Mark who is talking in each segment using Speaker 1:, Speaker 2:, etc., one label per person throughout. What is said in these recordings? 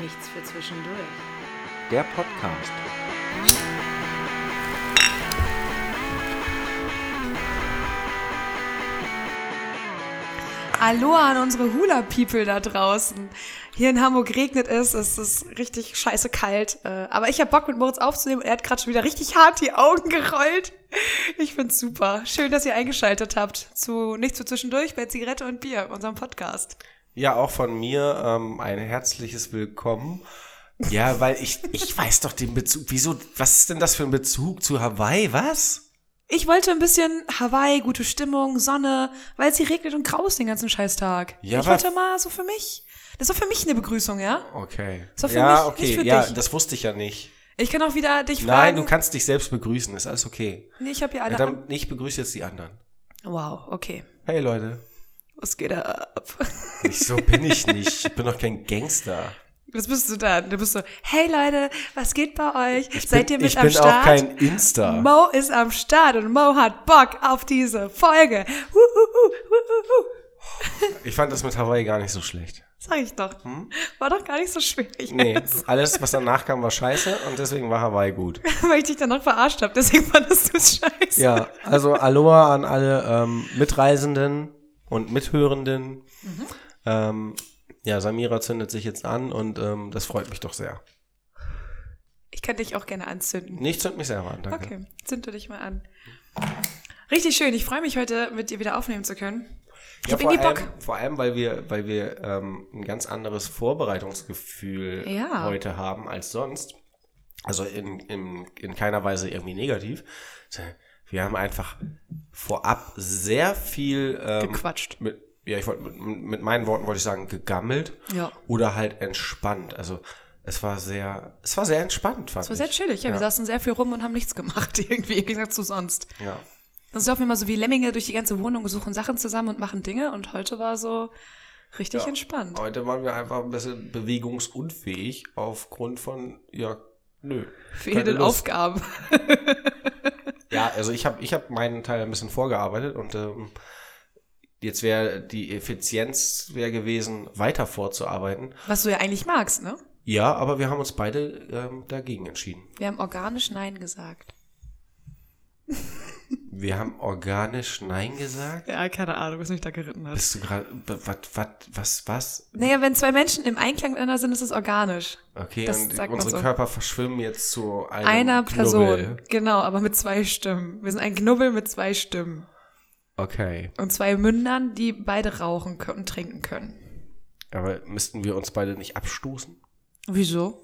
Speaker 1: Nichts für zwischendurch.
Speaker 2: Der Podcast.
Speaker 3: Hallo an unsere Hula-People da draußen. Hier in Hamburg regnet es, es ist richtig scheiße kalt. äh, Aber ich habe Bock, mit Moritz aufzunehmen und er hat gerade schon wieder richtig hart die Augen gerollt. Ich find's super. Schön, dass ihr eingeschaltet habt zu Nichts für Zwischendurch bei Zigarette und Bier, unserem Podcast.
Speaker 4: Ja, auch von mir ähm, ein herzliches Willkommen. Ja, weil ich, ich weiß doch den Bezug. Wieso, was ist denn das für ein Bezug zu Hawaii? Was?
Speaker 3: Ich wollte ein bisschen Hawaii, gute Stimmung, Sonne, weil es hier regnet und graus den ganzen Scheißtag.
Speaker 4: Ja,
Speaker 3: ich
Speaker 4: aber-
Speaker 3: wollte mal so für mich. Das war für mich eine Begrüßung, ja?
Speaker 4: Okay.
Speaker 3: Das war für
Speaker 4: ja,
Speaker 3: mich,
Speaker 4: okay,
Speaker 3: nicht für
Speaker 4: ja,
Speaker 3: dich.
Speaker 4: das wusste ich ja nicht.
Speaker 3: Ich kann auch wieder dich
Speaker 4: Nein,
Speaker 3: fragen.
Speaker 4: du kannst dich selbst begrüßen, ist alles okay.
Speaker 3: Nee, ich habe hier alle.
Speaker 4: Ja, dann, ich begrüße jetzt die anderen.
Speaker 3: wow, okay.
Speaker 4: Hey Leute.
Speaker 3: Was geht ab?
Speaker 4: Ich, so bin ich nicht. Ich bin doch kein Gangster.
Speaker 3: Was bist du da? Du bist so, hey Leute, was geht bei euch?
Speaker 4: Ich
Speaker 3: Seid
Speaker 4: bin,
Speaker 3: ihr mit
Speaker 4: ich
Speaker 3: am
Speaker 4: bin
Speaker 3: Start?
Speaker 4: auch kein Insta.
Speaker 3: Mo ist am Start und Mo hat Bock auf diese Folge. Huhuhu, huhuhu.
Speaker 4: Ich fand das mit Hawaii gar nicht so schlecht.
Speaker 3: Sag ich doch. War doch gar nicht so schwierig.
Speaker 4: Hm? Nee, alles, was danach kam, war scheiße und deswegen war Hawaii gut.
Speaker 3: Weil ich dich dann noch verarscht habe, deswegen fandest du es scheiße.
Speaker 4: Ja, also Aloha an alle ähm, Mitreisenden und Mithörenden.
Speaker 3: Mhm.
Speaker 4: Ähm, ja, Samira zündet sich jetzt an und ähm, das freut mich doch sehr.
Speaker 3: Ich könnte dich auch gerne anzünden.
Speaker 4: Nee, ich zünd mich selber an, danke.
Speaker 3: Okay, zünde dich mal an. Richtig schön, ich freue mich heute mit dir wieder aufnehmen zu können. Ich
Speaker 4: Ja,
Speaker 3: hab
Speaker 4: vor,
Speaker 3: irgendwie
Speaker 4: allem,
Speaker 3: Bock.
Speaker 4: vor allem, weil wir, weil wir ähm, ein ganz anderes Vorbereitungsgefühl
Speaker 3: Ja.
Speaker 4: heute haben als sonst. Also in, in, in keiner Weise irgendwie negativ. Wir haben einfach vorab sehr viel ähm,
Speaker 3: Gequatscht.
Speaker 4: Mit, ja, ich wollte mit, mit meinen Worten wollte ich sagen, gegammelt
Speaker 3: Ja.
Speaker 4: oder halt entspannt. Also es war sehr, es war sehr entspannt, fand
Speaker 3: Es war sehr
Speaker 4: ich.
Speaker 3: chillig, ja, wir saßen sehr viel rum und haben nichts gemacht irgendwie, im Gegensatz zu sonst.
Speaker 4: Ja.
Speaker 3: Sonst laufen wir mal so wie Lemminge durch die ganze Wohnung, suchen Sachen zusammen und machen Dinge. Und heute war so richtig entspannt.
Speaker 4: Heute waren wir einfach ein bisschen bewegungsunfähig aufgrund von, ja, nö. Keine
Speaker 3: Fehlenden
Speaker 4: Lust.
Speaker 3: Aufgaben.
Speaker 4: Ja, also ich habe ich hab meinen Teil ein bisschen vorgearbeitet und ähm, jetzt wäre die Effizienz wäre gewesen, weiter vorzuarbeiten.
Speaker 3: Was du ja eigentlich magst, ne?
Speaker 4: Ja, aber wir haben uns beide ähm, dagegen entschieden.
Speaker 3: Wir haben organisch Nein gesagt.
Speaker 4: Wir haben organisch Nein gesagt.
Speaker 3: Ja, keine Ahnung, was mich da geritten hat.
Speaker 4: Bist du gerade, was, was, was, was?
Speaker 3: Naja, wenn zwei Menschen im Einklang miteinander sind, ist es organisch.
Speaker 4: Okay,
Speaker 3: Das
Speaker 4: und
Speaker 3: sagt man
Speaker 4: unsere
Speaker 3: so.
Speaker 4: Körper verschwimmen jetzt zu einem
Speaker 3: Einer Person.
Speaker 4: Knubbel.
Speaker 3: Genau, aber mit zwei Stimmen. Wir sind ein Knubbel mit zwei Stimmen.
Speaker 4: Okay,
Speaker 3: Und zwei Mündern, die beide rauchen können und trinken können.
Speaker 4: aber müssten wir uns beide nicht abstoßen?
Speaker 3: Wieso?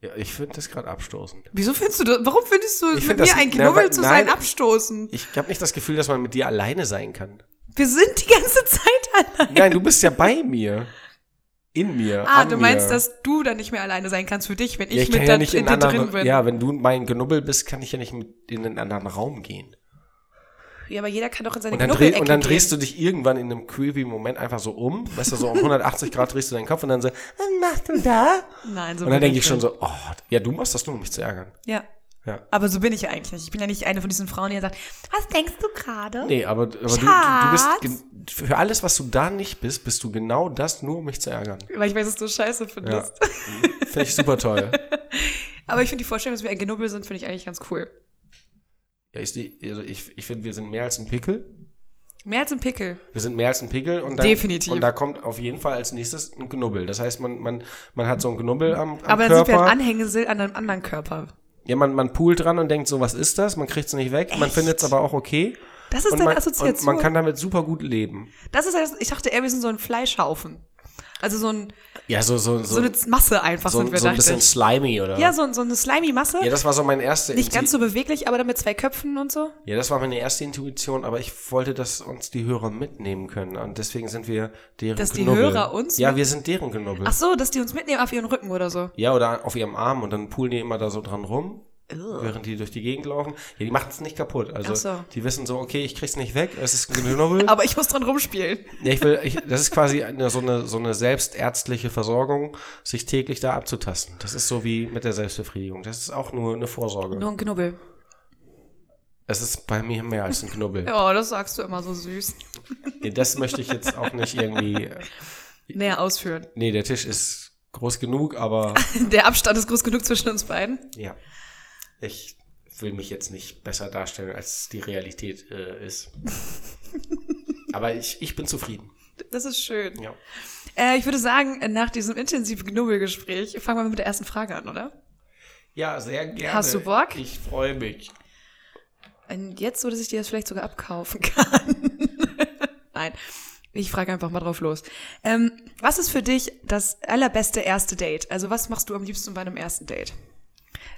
Speaker 4: Ja, ich finde das gerade abstoßend.
Speaker 3: Wieso findest du das? Warum findest du
Speaker 4: Ich
Speaker 3: es mit
Speaker 4: find
Speaker 3: mir
Speaker 4: das-
Speaker 3: ein
Speaker 4: na,
Speaker 3: Knubbel
Speaker 4: weil-
Speaker 3: zu
Speaker 4: nein.
Speaker 3: sein abstoßen?
Speaker 4: Ich habe nicht das Gefühl, dass man mit dir alleine sein kann.
Speaker 3: Wir sind die ganze Zeit allein.
Speaker 4: Nein, du bist ja bei mir. In mir.
Speaker 3: Ah,
Speaker 4: an
Speaker 3: du meinst,
Speaker 4: mir.
Speaker 3: dass du dann nicht mehr alleine sein kannst für dich, wenn ich,
Speaker 4: ja, ich
Speaker 3: mit
Speaker 4: kann ja
Speaker 3: da
Speaker 4: nicht
Speaker 3: in
Speaker 4: in
Speaker 3: dir
Speaker 4: anderen,
Speaker 3: drin bin.
Speaker 4: Ja, wenn du mein Genubbel bist, kann ich ja nicht mit in einen anderen Raum gehen.
Speaker 3: Ja, aber jeder kann doch in seine
Speaker 4: Und dann, dreh,
Speaker 3: Knubbelecke
Speaker 4: und dann
Speaker 3: gehen.
Speaker 4: drehst du dich irgendwann in einem creepy Moment einfach so um. Weißt du, so um 180 Grad drehst du deinen Kopf und dann so, was machst du da?
Speaker 3: Nein, so
Speaker 4: und dann
Speaker 3: bin
Speaker 4: denke ich schon
Speaker 3: nicht.
Speaker 4: so, oh, ja, du machst das nur, um mich zu ärgern.
Speaker 3: Ja.
Speaker 4: Ja.
Speaker 3: Aber so bin ich ja eigentlich nicht. Ich bin ja nicht eine von diesen Frauen, die dann sagt, was denkst du gerade?
Speaker 4: Nee, aber, aber du, du, du bist, gen- für alles, was du da nicht bist, bist du genau das, nur um mich zu ärgern.
Speaker 3: Weil ich weiß, dass du es scheiße
Speaker 4: Ja.
Speaker 3: findest.
Speaker 4: Finde ich super toll.
Speaker 3: Aber ich finde die Vorstellung, dass wir ein Genubbel sind, finde ich eigentlich ganz cool.
Speaker 4: Ja, ich seh- also ich, ich finde, wir sind mehr als ein Pickel.
Speaker 3: Mehr als ein Pickel.
Speaker 4: Wir sind mehr als ein Pickel und dann,
Speaker 3: Definitiv.
Speaker 4: Und da kommt auf jeden Fall als nächstes ein Knubbel. Das heißt, man, man, man hat so einen Knubbel am, am
Speaker 3: Aber dann sind wir
Speaker 4: Körper.
Speaker 3: ein Anhängsel an einem anderen Körper.
Speaker 4: ja, man, man poolt dran und denkt so, was ist das? Man kriegt es nicht weg. Man findet es aber auch okay.
Speaker 3: Das ist
Speaker 4: und
Speaker 3: deine
Speaker 4: man, Und
Speaker 3: Assoziation.
Speaker 4: man kann damit super gut leben.
Speaker 3: das ist, halt- ich dachte eher, wir sind so ein Fleischhaufen. Also so, ein,
Speaker 4: Ja, so, so,
Speaker 3: so eine Masse einfach sind wir,
Speaker 4: so ein
Speaker 3: dachte
Speaker 4: bisschen
Speaker 3: ich.
Speaker 4: slimy, oder?
Speaker 3: Ja, so, so eine slimy Masse.
Speaker 4: Ja, das war so meine erste
Speaker 3: Nicht
Speaker 4: Intu-
Speaker 3: ganz so beweglich, aber dann mit zwei Köpfen und so.
Speaker 4: Ja, das war meine erste Intuition, aber ich wollte, dass uns die Hörer mitnehmen können. Und deswegen sind wir deren
Speaker 3: Dass die
Speaker 4: Knubbel.
Speaker 3: Hörer uns
Speaker 4: Ja, wir sind deren Knubbel.
Speaker 3: Ach so, dass die uns mitnehmen auf ihren Rücken oder so.
Speaker 4: Ja, oder auf ihrem Arm und dann poolen die immer da so dran rum, während die durch die Gegend laufen. Ja, die machen es nicht kaputt. Also
Speaker 3: Ach so.
Speaker 4: die wissen so, okay, ich krieg's nicht weg, es ist ein Knubbel.
Speaker 3: Aber ich muss dran rumspielen.
Speaker 4: ja, ich will, ich, das ist quasi eine, so, eine, so eine selbstärztliche Versorgung, sich täglich da abzutasten. Das ist so wie mit der Selbstbefriedigung. Das ist auch nur eine Vorsorge.
Speaker 3: Nur ein Knubbel.
Speaker 4: Es ist bei mir mehr als ein Knubbel.
Speaker 3: Ja, das sagst du immer so süß.
Speaker 4: Nee, Das möchte ich jetzt auch nicht irgendwie.
Speaker 3: Näher ausführen.
Speaker 4: Nee, der Tisch ist groß genug, aber
Speaker 3: Der Abstand ist groß genug zwischen uns beiden.
Speaker 4: ja. Ich will mich jetzt nicht besser darstellen, als die Realität äh, ist. aber ich, ich bin zufrieden.
Speaker 3: Das ist schön.
Speaker 4: Ja.
Speaker 3: Äh, ich würde sagen, nach diesem intensiven Knubbelgespräch fangen wir mit der ersten Frage an, oder?
Speaker 4: ja, sehr gerne.
Speaker 3: Hast du Bock?
Speaker 4: Ich freue mich.
Speaker 3: Und jetzt, so dass ich dir das vielleicht sogar abkaufen kann. Nein, ich frage einfach mal drauf los. Ähm, was ist für dich das allerbeste erste Date? Also was machst du am liebsten bei einem ersten Date?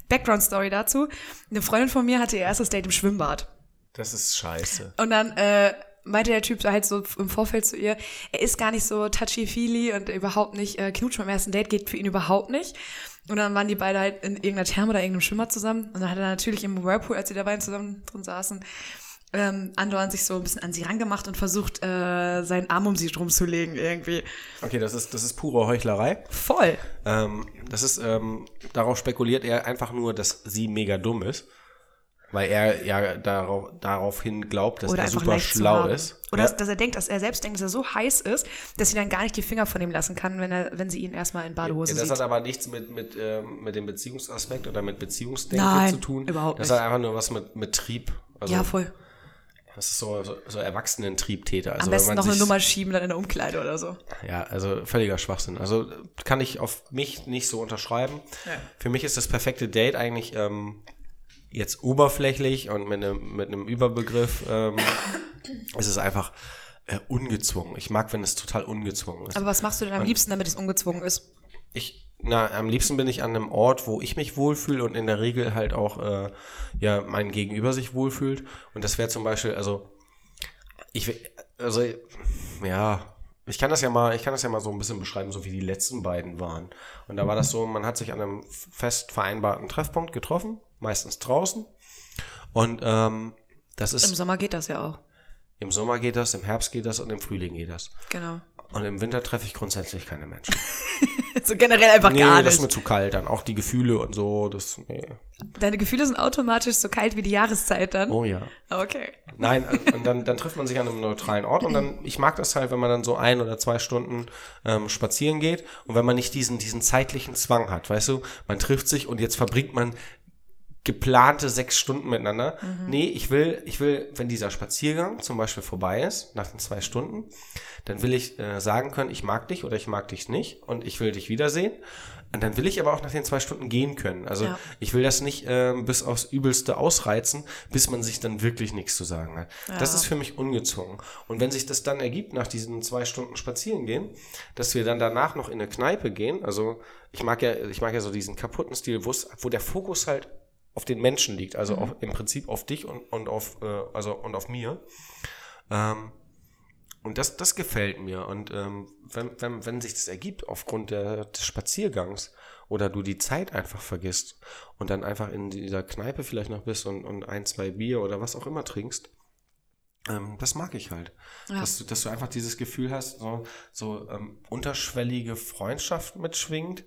Speaker 3: Background Story dazu. Eine Freundin von mir hatte ihr erstes Date im Schwimmbad.
Speaker 4: Das ist scheiße.
Speaker 3: Und dann äh, meinte der Typ halt so im Vorfeld zu ihr, er ist gar nicht so touchy-feely und überhaupt nicht, äh, Knutschen beim ersten Date geht für ihn überhaupt nicht. Und dann waren die beide halt in irgendeiner Therme oder irgendeinem Schwimmer zusammen. Und dann hat er natürlich im Whirlpool, als sie dabei zusammen drin saßen, ähm, andauernd sich so ein bisschen an sie rangemacht und versucht, äh, seinen Arm um sie drum zu legen irgendwie.
Speaker 4: Okay, das ist, das ist pure Heuchlerei.
Speaker 3: Voll.
Speaker 4: Ähm, das ist, ähm, darauf spekuliert er einfach nur, dass sie mega dumm ist. Weil er ja darauf, daraufhin glaubt, dass
Speaker 3: oder
Speaker 4: er
Speaker 3: einfach
Speaker 4: super
Speaker 3: leicht zu
Speaker 4: schlau
Speaker 3: haben.
Speaker 4: ist.
Speaker 3: Oder
Speaker 4: ja,
Speaker 3: dass, dass er denkt, dass er selbst denkt, dass er so heiß ist, dass sie dann gar nicht die Finger von ihm lassen kann, wenn er, wenn sie ihn erstmal in Badehose
Speaker 4: Ja, das
Speaker 3: sieht.
Speaker 4: hat aber nichts mit, mit, ähm, mit dem Beziehungsaspekt oder mit Beziehungsdenken
Speaker 3: Nein,
Speaker 4: zu tun.
Speaker 3: überhaupt
Speaker 4: das
Speaker 3: nicht.
Speaker 4: hat einfach nur was mit, mit Trieb. Also
Speaker 3: ja, voll.
Speaker 4: Das ist so, so, so Erwachsenentriebtäter. Also
Speaker 3: Am
Speaker 4: wenn
Speaker 3: besten
Speaker 4: man
Speaker 3: noch eine
Speaker 4: sich-
Speaker 3: Nummer schieben, dann in der Umkleide oder so.
Speaker 4: Ja, also völliger Schwachsinn. Also kann ich auf mich nicht so unterschreiben. Für mich ist das perfekte Date eigentlich ähm, jetzt oberflächlich und mit einem, mit einem Überbegriff. Ähm, es ist einfach äh, ungezwungen. Ich mag, wenn es total ungezwungen ist.
Speaker 3: Aber was machst du
Speaker 4: Hm.
Speaker 3: denn am liebsten, damit es ungezwungen ist?
Speaker 4: ich, na, am liebsten bin ich an einem Ort, wo ich mich wohlfühle und in der Regel halt auch äh, ja, mein Gegenüber sich wohlfühlt. Und das wäre zum Beispiel, also ich, we- also ja, ich kann das ja mal, ich kann das ja mal so ein bisschen beschreiben, so wie die letzten beiden waren. Und da war das so, man hat sich an einem fest vereinbarten Treffpunkt getroffen, meistens draußen. Und ähm, das ist
Speaker 3: Im Sommer geht das ja auch.
Speaker 4: im Sommer geht das, im Herbst geht das und im Frühling geht das.
Speaker 3: Genau.
Speaker 4: Und im Winter treffe ich grundsätzlich keine Menschen.
Speaker 3: So generell einfach
Speaker 4: Nee,
Speaker 3: gar
Speaker 4: das ist mir
Speaker 3: nicht.
Speaker 4: zu kalt dann. Auch die Gefühle und so. Das, nee.
Speaker 3: Deine Gefühle sind automatisch so kalt wie die Jahreszeit dann. Ah,
Speaker 4: Oh ja.
Speaker 3: Okay.
Speaker 4: Nein, äh, und dann, dann trifft man sich an einem neutralen Ort und dann, ich mag das halt, wenn man dann so ein oder zwei Stunden ähm, spazieren geht und wenn man nicht diesen, diesen zeitlichen Zwang hat, weißt du, man trifft sich und jetzt verbringt man geplante sechs Stunden miteinander. Nee, ich will, ich will, wenn dieser Spaziergang zum Beispiel vorbei ist, nach den zwei Stunden, dann will ich äh, sagen können, ich mag dich oder ich mag dich nicht und ich will dich wiedersehen. Und dann will ich aber auch nach den zwei Stunden gehen können. Also
Speaker 3: Ja.
Speaker 4: ich will das nicht ähm, bis aufs Übelste ausreizen, bis man sich dann wirklich nichts zu sagen hat. Das
Speaker 3: Ja.
Speaker 4: ist für mich ungezwungen. Und wenn sich das dann ergibt, nach diesen zwei Stunden spazieren gehen, dass wir dann danach noch in eine Kneipe gehen, also ich mag ja, ich mag ja so diesen kaputten Stil, wo es- wo der Fokus halt auf den Menschen liegt, also
Speaker 3: Mhm.
Speaker 4: auf, im Prinzip auf dich und, und auf, äh, also und auf mir. Ähm, und das, das gefällt mir. Und ähm, wenn, wenn, wenn sich das ergibt aufgrund der, des Spaziergangs oder du die Zeit einfach vergisst und dann einfach in dieser Kneipe vielleicht noch bist und, und ein, zwei Bier oder was auch immer trinkst, ähm, das mag ich halt.
Speaker 3: Ja.
Speaker 4: Dass, du, dass du einfach dieses Gefühl hast, so, so ähm, unterschwellige Freundschaft mitschwingt,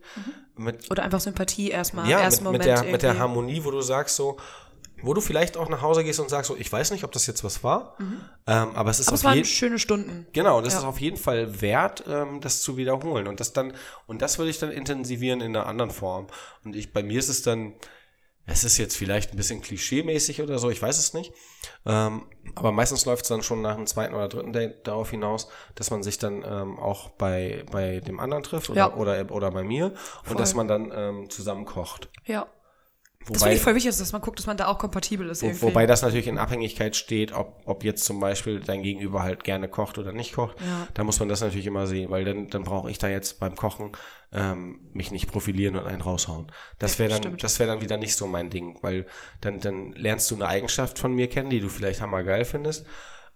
Speaker 4: mit,
Speaker 3: Oder einfach Sympathie erstmal.
Speaker 4: ja,
Speaker 3: Mhm.
Speaker 4: mit,
Speaker 3: im ersten Moment
Speaker 4: mit, der, mit der
Speaker 3: irgendwie.
Speaker 4: Harmonie, wo du sagst so, wo du vielleicht auch nach Hause gehst und sagst so, ich weiß nicht, ob das jetzt was war, ähm, aber es ist
Speaker 3: Mhm. Aber es
Speaker 4: auf
Speaker 3: waren
Speaker 4: jeden
Speaker 3: schöne Stunden.
Speaker 4: Genau, das
Speaker 3: Ja.
Speaker 4: ist auf jeden Fall wert, ähm, das zu wiederholen. Und das dann, und das würde ich dann intensivieren in einer anderen Form. Und ich, bei mir ist es dann, es ist jetzt vielleicht ein bisschen klischeemäßig oder so, ich weiß es nicht. Ähm, aber meistens läuft es dann schon nach dem zweiten oder dritten Date darauf hinaus, dass man sich dann ähm, auch bei, bei dem anderen trifft oder,
Speaker 3: Ja.
Speaker 4: oder, oder bei mir
Speaker 3: Voll.
Speaker 4: und dass man dann ähm, zusammen kocht.
Speaker 3: Ja. Das finde
Speaker 4: Wobei,
Speaker 3: ich voll wichtig, dass man guckt, dass man da auch kompatibel ist.
Speaker 4: wo,
Speaker 3: irgendwie.
Speaker 4: wobei das natürlich in Abhängigkeit steht, ob, ob jetzt zum Beispiel dein Gegenüber halt gerne kocht oder nicht kocht.
Speaker 3: Ja.
Speaker 4: Da muss man das natürlich immer sehen, weil dann, dann brauche ich da jetzt beim Kochen ähm, mich nicht profilieren und einen raushauen. Das wäre dann,
Speaker 3: stimmt.
Speaker 4: das wäre dann wieder nicht so mein Ding, weil dann, dann lernst du eine Eigenschaft von mir kennen, die du vielleicht hammergeil findest.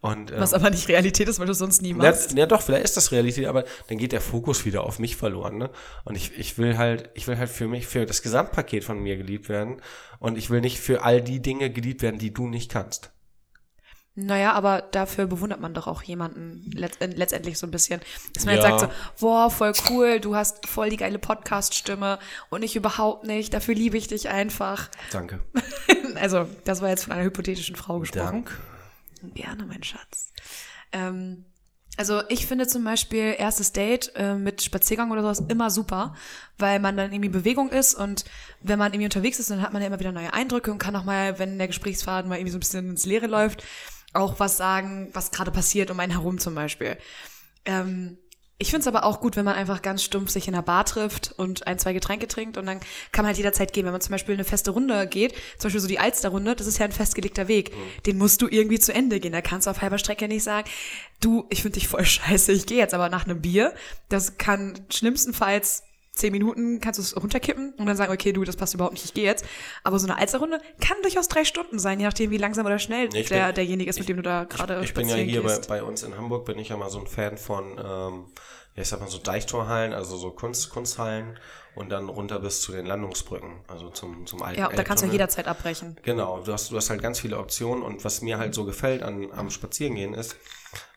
Speaker 4: Und, ähm,
Speaker 3: was aber nicht Realität ist, weil du es sonst nie
Speaker 4: ja,
Speaker 3: machst.
Speaker 4: ja, doch, vielleicht ist das Realität, aber dann geht der Fokus wieder auf mich verloren, ne? Und ich, ich will halt, ich will halt für mich, für das Gesamtpaket von mir geliebt werden. Und ich will nicht für all die Dinge geliebt werden, die du nicht kannst.
Speaker 3: Naja, aber dafür bewundert man doch auch jemanden letzt, äh, letztendlich so ein bisschen. Dass man
Speaker 4: Ja.
Speaker 3: jetzt sagt so, boah, voll cool, du hast voll die geile Podcast-Stimme und ich überhaupt nicht, dafür liebe ich dich einfach.
Speaker 4: Danke.
Speaker 3: Also, das war jetzt von einer hypothetischen Frau gesprochen.
Speaker 4: Dank.
Speaker 3: Gerne, mein Schatz. Ähm, Also ich finde zum Beispiel erstes Date äh, mit Spaziergang oder sowas immer super, weil man dann irgendwie in Bewegung ist und wenn man irgendwie unterwegs ist, dann hat man ja immer wieder neue Eindrücke und kann auch mal, wenn der Gesprächsfaden mal irgendwie so ein bisschen ins Leere läuft, auch was sagen, was gerade passiert um einen herum zum Beispiel. Ähm, ich finde es aber auch gut, wenn man einfach ganz stumpf sich in einer Bar trifft und ein, zwei Getränke trinkt und dann kann man halt jederzeit gehen. Wenn man zum Beispiel eine feste Runde geht, zum Beispiel so die Alsterrunde, das ist ja ein festgelegter Weg.
Speaker 4: Mhm.
Speaker 3: Den musst du irgendwie zu Ende gehen. Da kannst du auf halber Strecke nicht sagen, du, ich finde dich voll scheiße, ich gehe jetzt aber nach einem Bier. Das kann schlimmstenfalls zehn Minuten kannst du es runterkippen und dann sagen, okay, du, das passt überhaupt nicht, ich gehe jetzt. Aber so eine Alsterrunde kann durchaus drei Stunden sein, je nachdem, wie langsam oder schnell
Speaker 4: Ich
Speaker 3: der,
Speaker 4: bin-
Speaker 3: derjenige ist, mit dem du da gerade
Speaker 4: Ich bin ja
Speaker 3: spazieren
Speaker 4: hier bei,
Speaker 3: gehst.
Speaker 4: bei uns in Hamburg, bin ich ja mal so ein Fan von, ähm, ja, ich sag mal so Deichtorhallen, also so Kunst, Kunsthallen und dann runter bis zu den Landungsbrücken, also zum, zum alten
Speaker 3: Ja, da kannst du ja
Speaker 4: Elbtunnel.
Speaker 3: jederzeit abbrechen.
Speaker 4: Genau, du hast, du hast halt ganz viele Optionen und was mir halt so gefällt an, am Spazierengehen ist,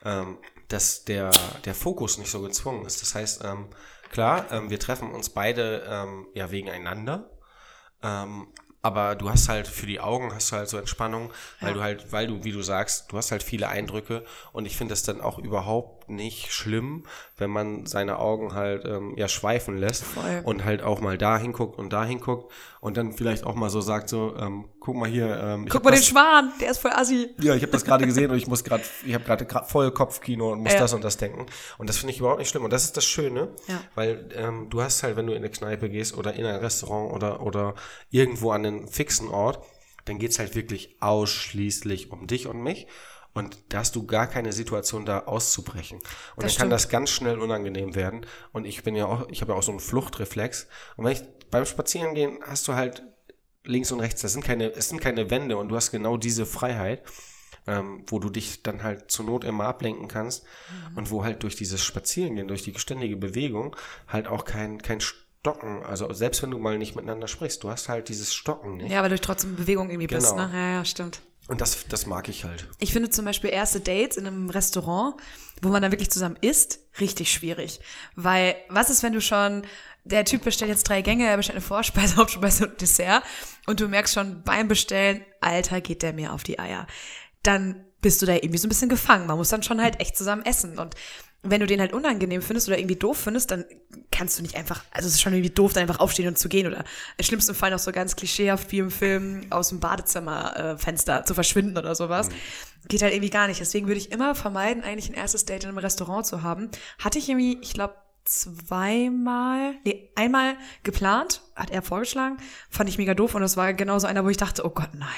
Speaker 4: ähm, dass der, der Fokus nicht so gezwungen ist. Das heißt, ähm, klar, ähm, wir treffen uns beide ähm, ja wegen einander, ähm, aber du hast halt für die Augen hast du halt so Entspannung, weil du halt, weil du, wie du sagst, du hast halt viele Eindrücke und ich finde das dann auch überhaupt nicht schlimm, wenn man seine Augen halt ähm, ja schweifen lässt
Speaker 3: Voll.
Speaker 4: und halt auch mal da hinguckt und da hinguckt und dann vielleicht auch mal so sagt so, ähm, guck mal hier, ähm, ich
Speaker 3: Guck
Speaker 4: hab
Speaker 3: mal den
Speaker 4: das-
Speaker 3: Schwan, der ist voll assi.
Speaker 4: ja, ich habe das gerade gesehen und ich muss gerade, ich habe gerade gra- voll Kopfkino und muss
Speaker 3: Ja.
Speaker 4: das und das denken. Und das finde ich überhaupt nicht schlimm. Und das ist das Schöne,
Speaker 3: Ja.
Speaker 4: weil ähm, du hast halt, wenn du in eine Kneipe gehst oder in ein Restaurant oder, oder irgendwo an einen fixen Ort, dann geht's halt wirklich ausschließlich um dich und mich. Und da hast du gar keine Situation, da auszubrechen. Und dann kann
Speaker 3: stimmt.
Speaker 4: das ganz schnell unangenehm werden. Und ich bin ja auch, ich habe ja auch so einen Fluchtreflex. Und wenn ich beim Spazierengehen hast du halt links und rechts, das sind keine, es sind keine Wände und du hast genau diese Freiheit, ähm, wo du dich dann halt zur Not immer ablenken kannst
Speaker 3: Mhm.
Speaker 4: und wo halt durch dieses Spazierengehen, durch die ständige Bewegung halt auch kein, kein Stocken, also selbst wenn du mal nicht miteinander sprichst, du hast halt dieses Stocken nicht.
Speaker 3: Ja, aber du trotzdem in Bewegung irgendwie bist,
Speaker 4: Genau.
Speaker 3: ne? Ja, ja, stimmt.
Speaker 4: Und das, das mag ich halt.
Speaker 3: Ich finde zum Beispiel erste Dates in einem Restaurant, wo man dann wirklich zusammen isst, richtig schwierig. Weil, was ist, wenn du schon, der Typ bestellt jetzt drei Gänge, er bestellt eine Vorspeise, Hauptspeise und Dessert und du merkst schon beim Bestellen, Alter, geht der mir auf die Eier. Dann bist du da irgendwie so ein bisschen gefangen. Man muss dann schon halt echt zusammen essen. Und wenn du den halt unangenehm findest oder irgendwie doof findest, dann kannst du nicht einfach, also es ist schon irgendwie doof, dann einfach aufstehen und zu gehen oder im schlimmsten Fall noch so ganz klischeehaft wie im Film aus dem Badezimmerfenster äh, Fenster zu verschwinden oder sowas.
Speaker 4: Mhm.
Speaker 3: Geht halt irgendwie gar nicht. Deswegen würde ich immer vermeiden, eigentlich ein erstes Date in einem Restaurant zu haben. Hatte ich irgendwie, ich glaube, zweimal, nee, einmal geplant, hat er vorgeschlagen, fand ich mega doof und das war genau so einer, wo ich dachte, oh Gott, nein,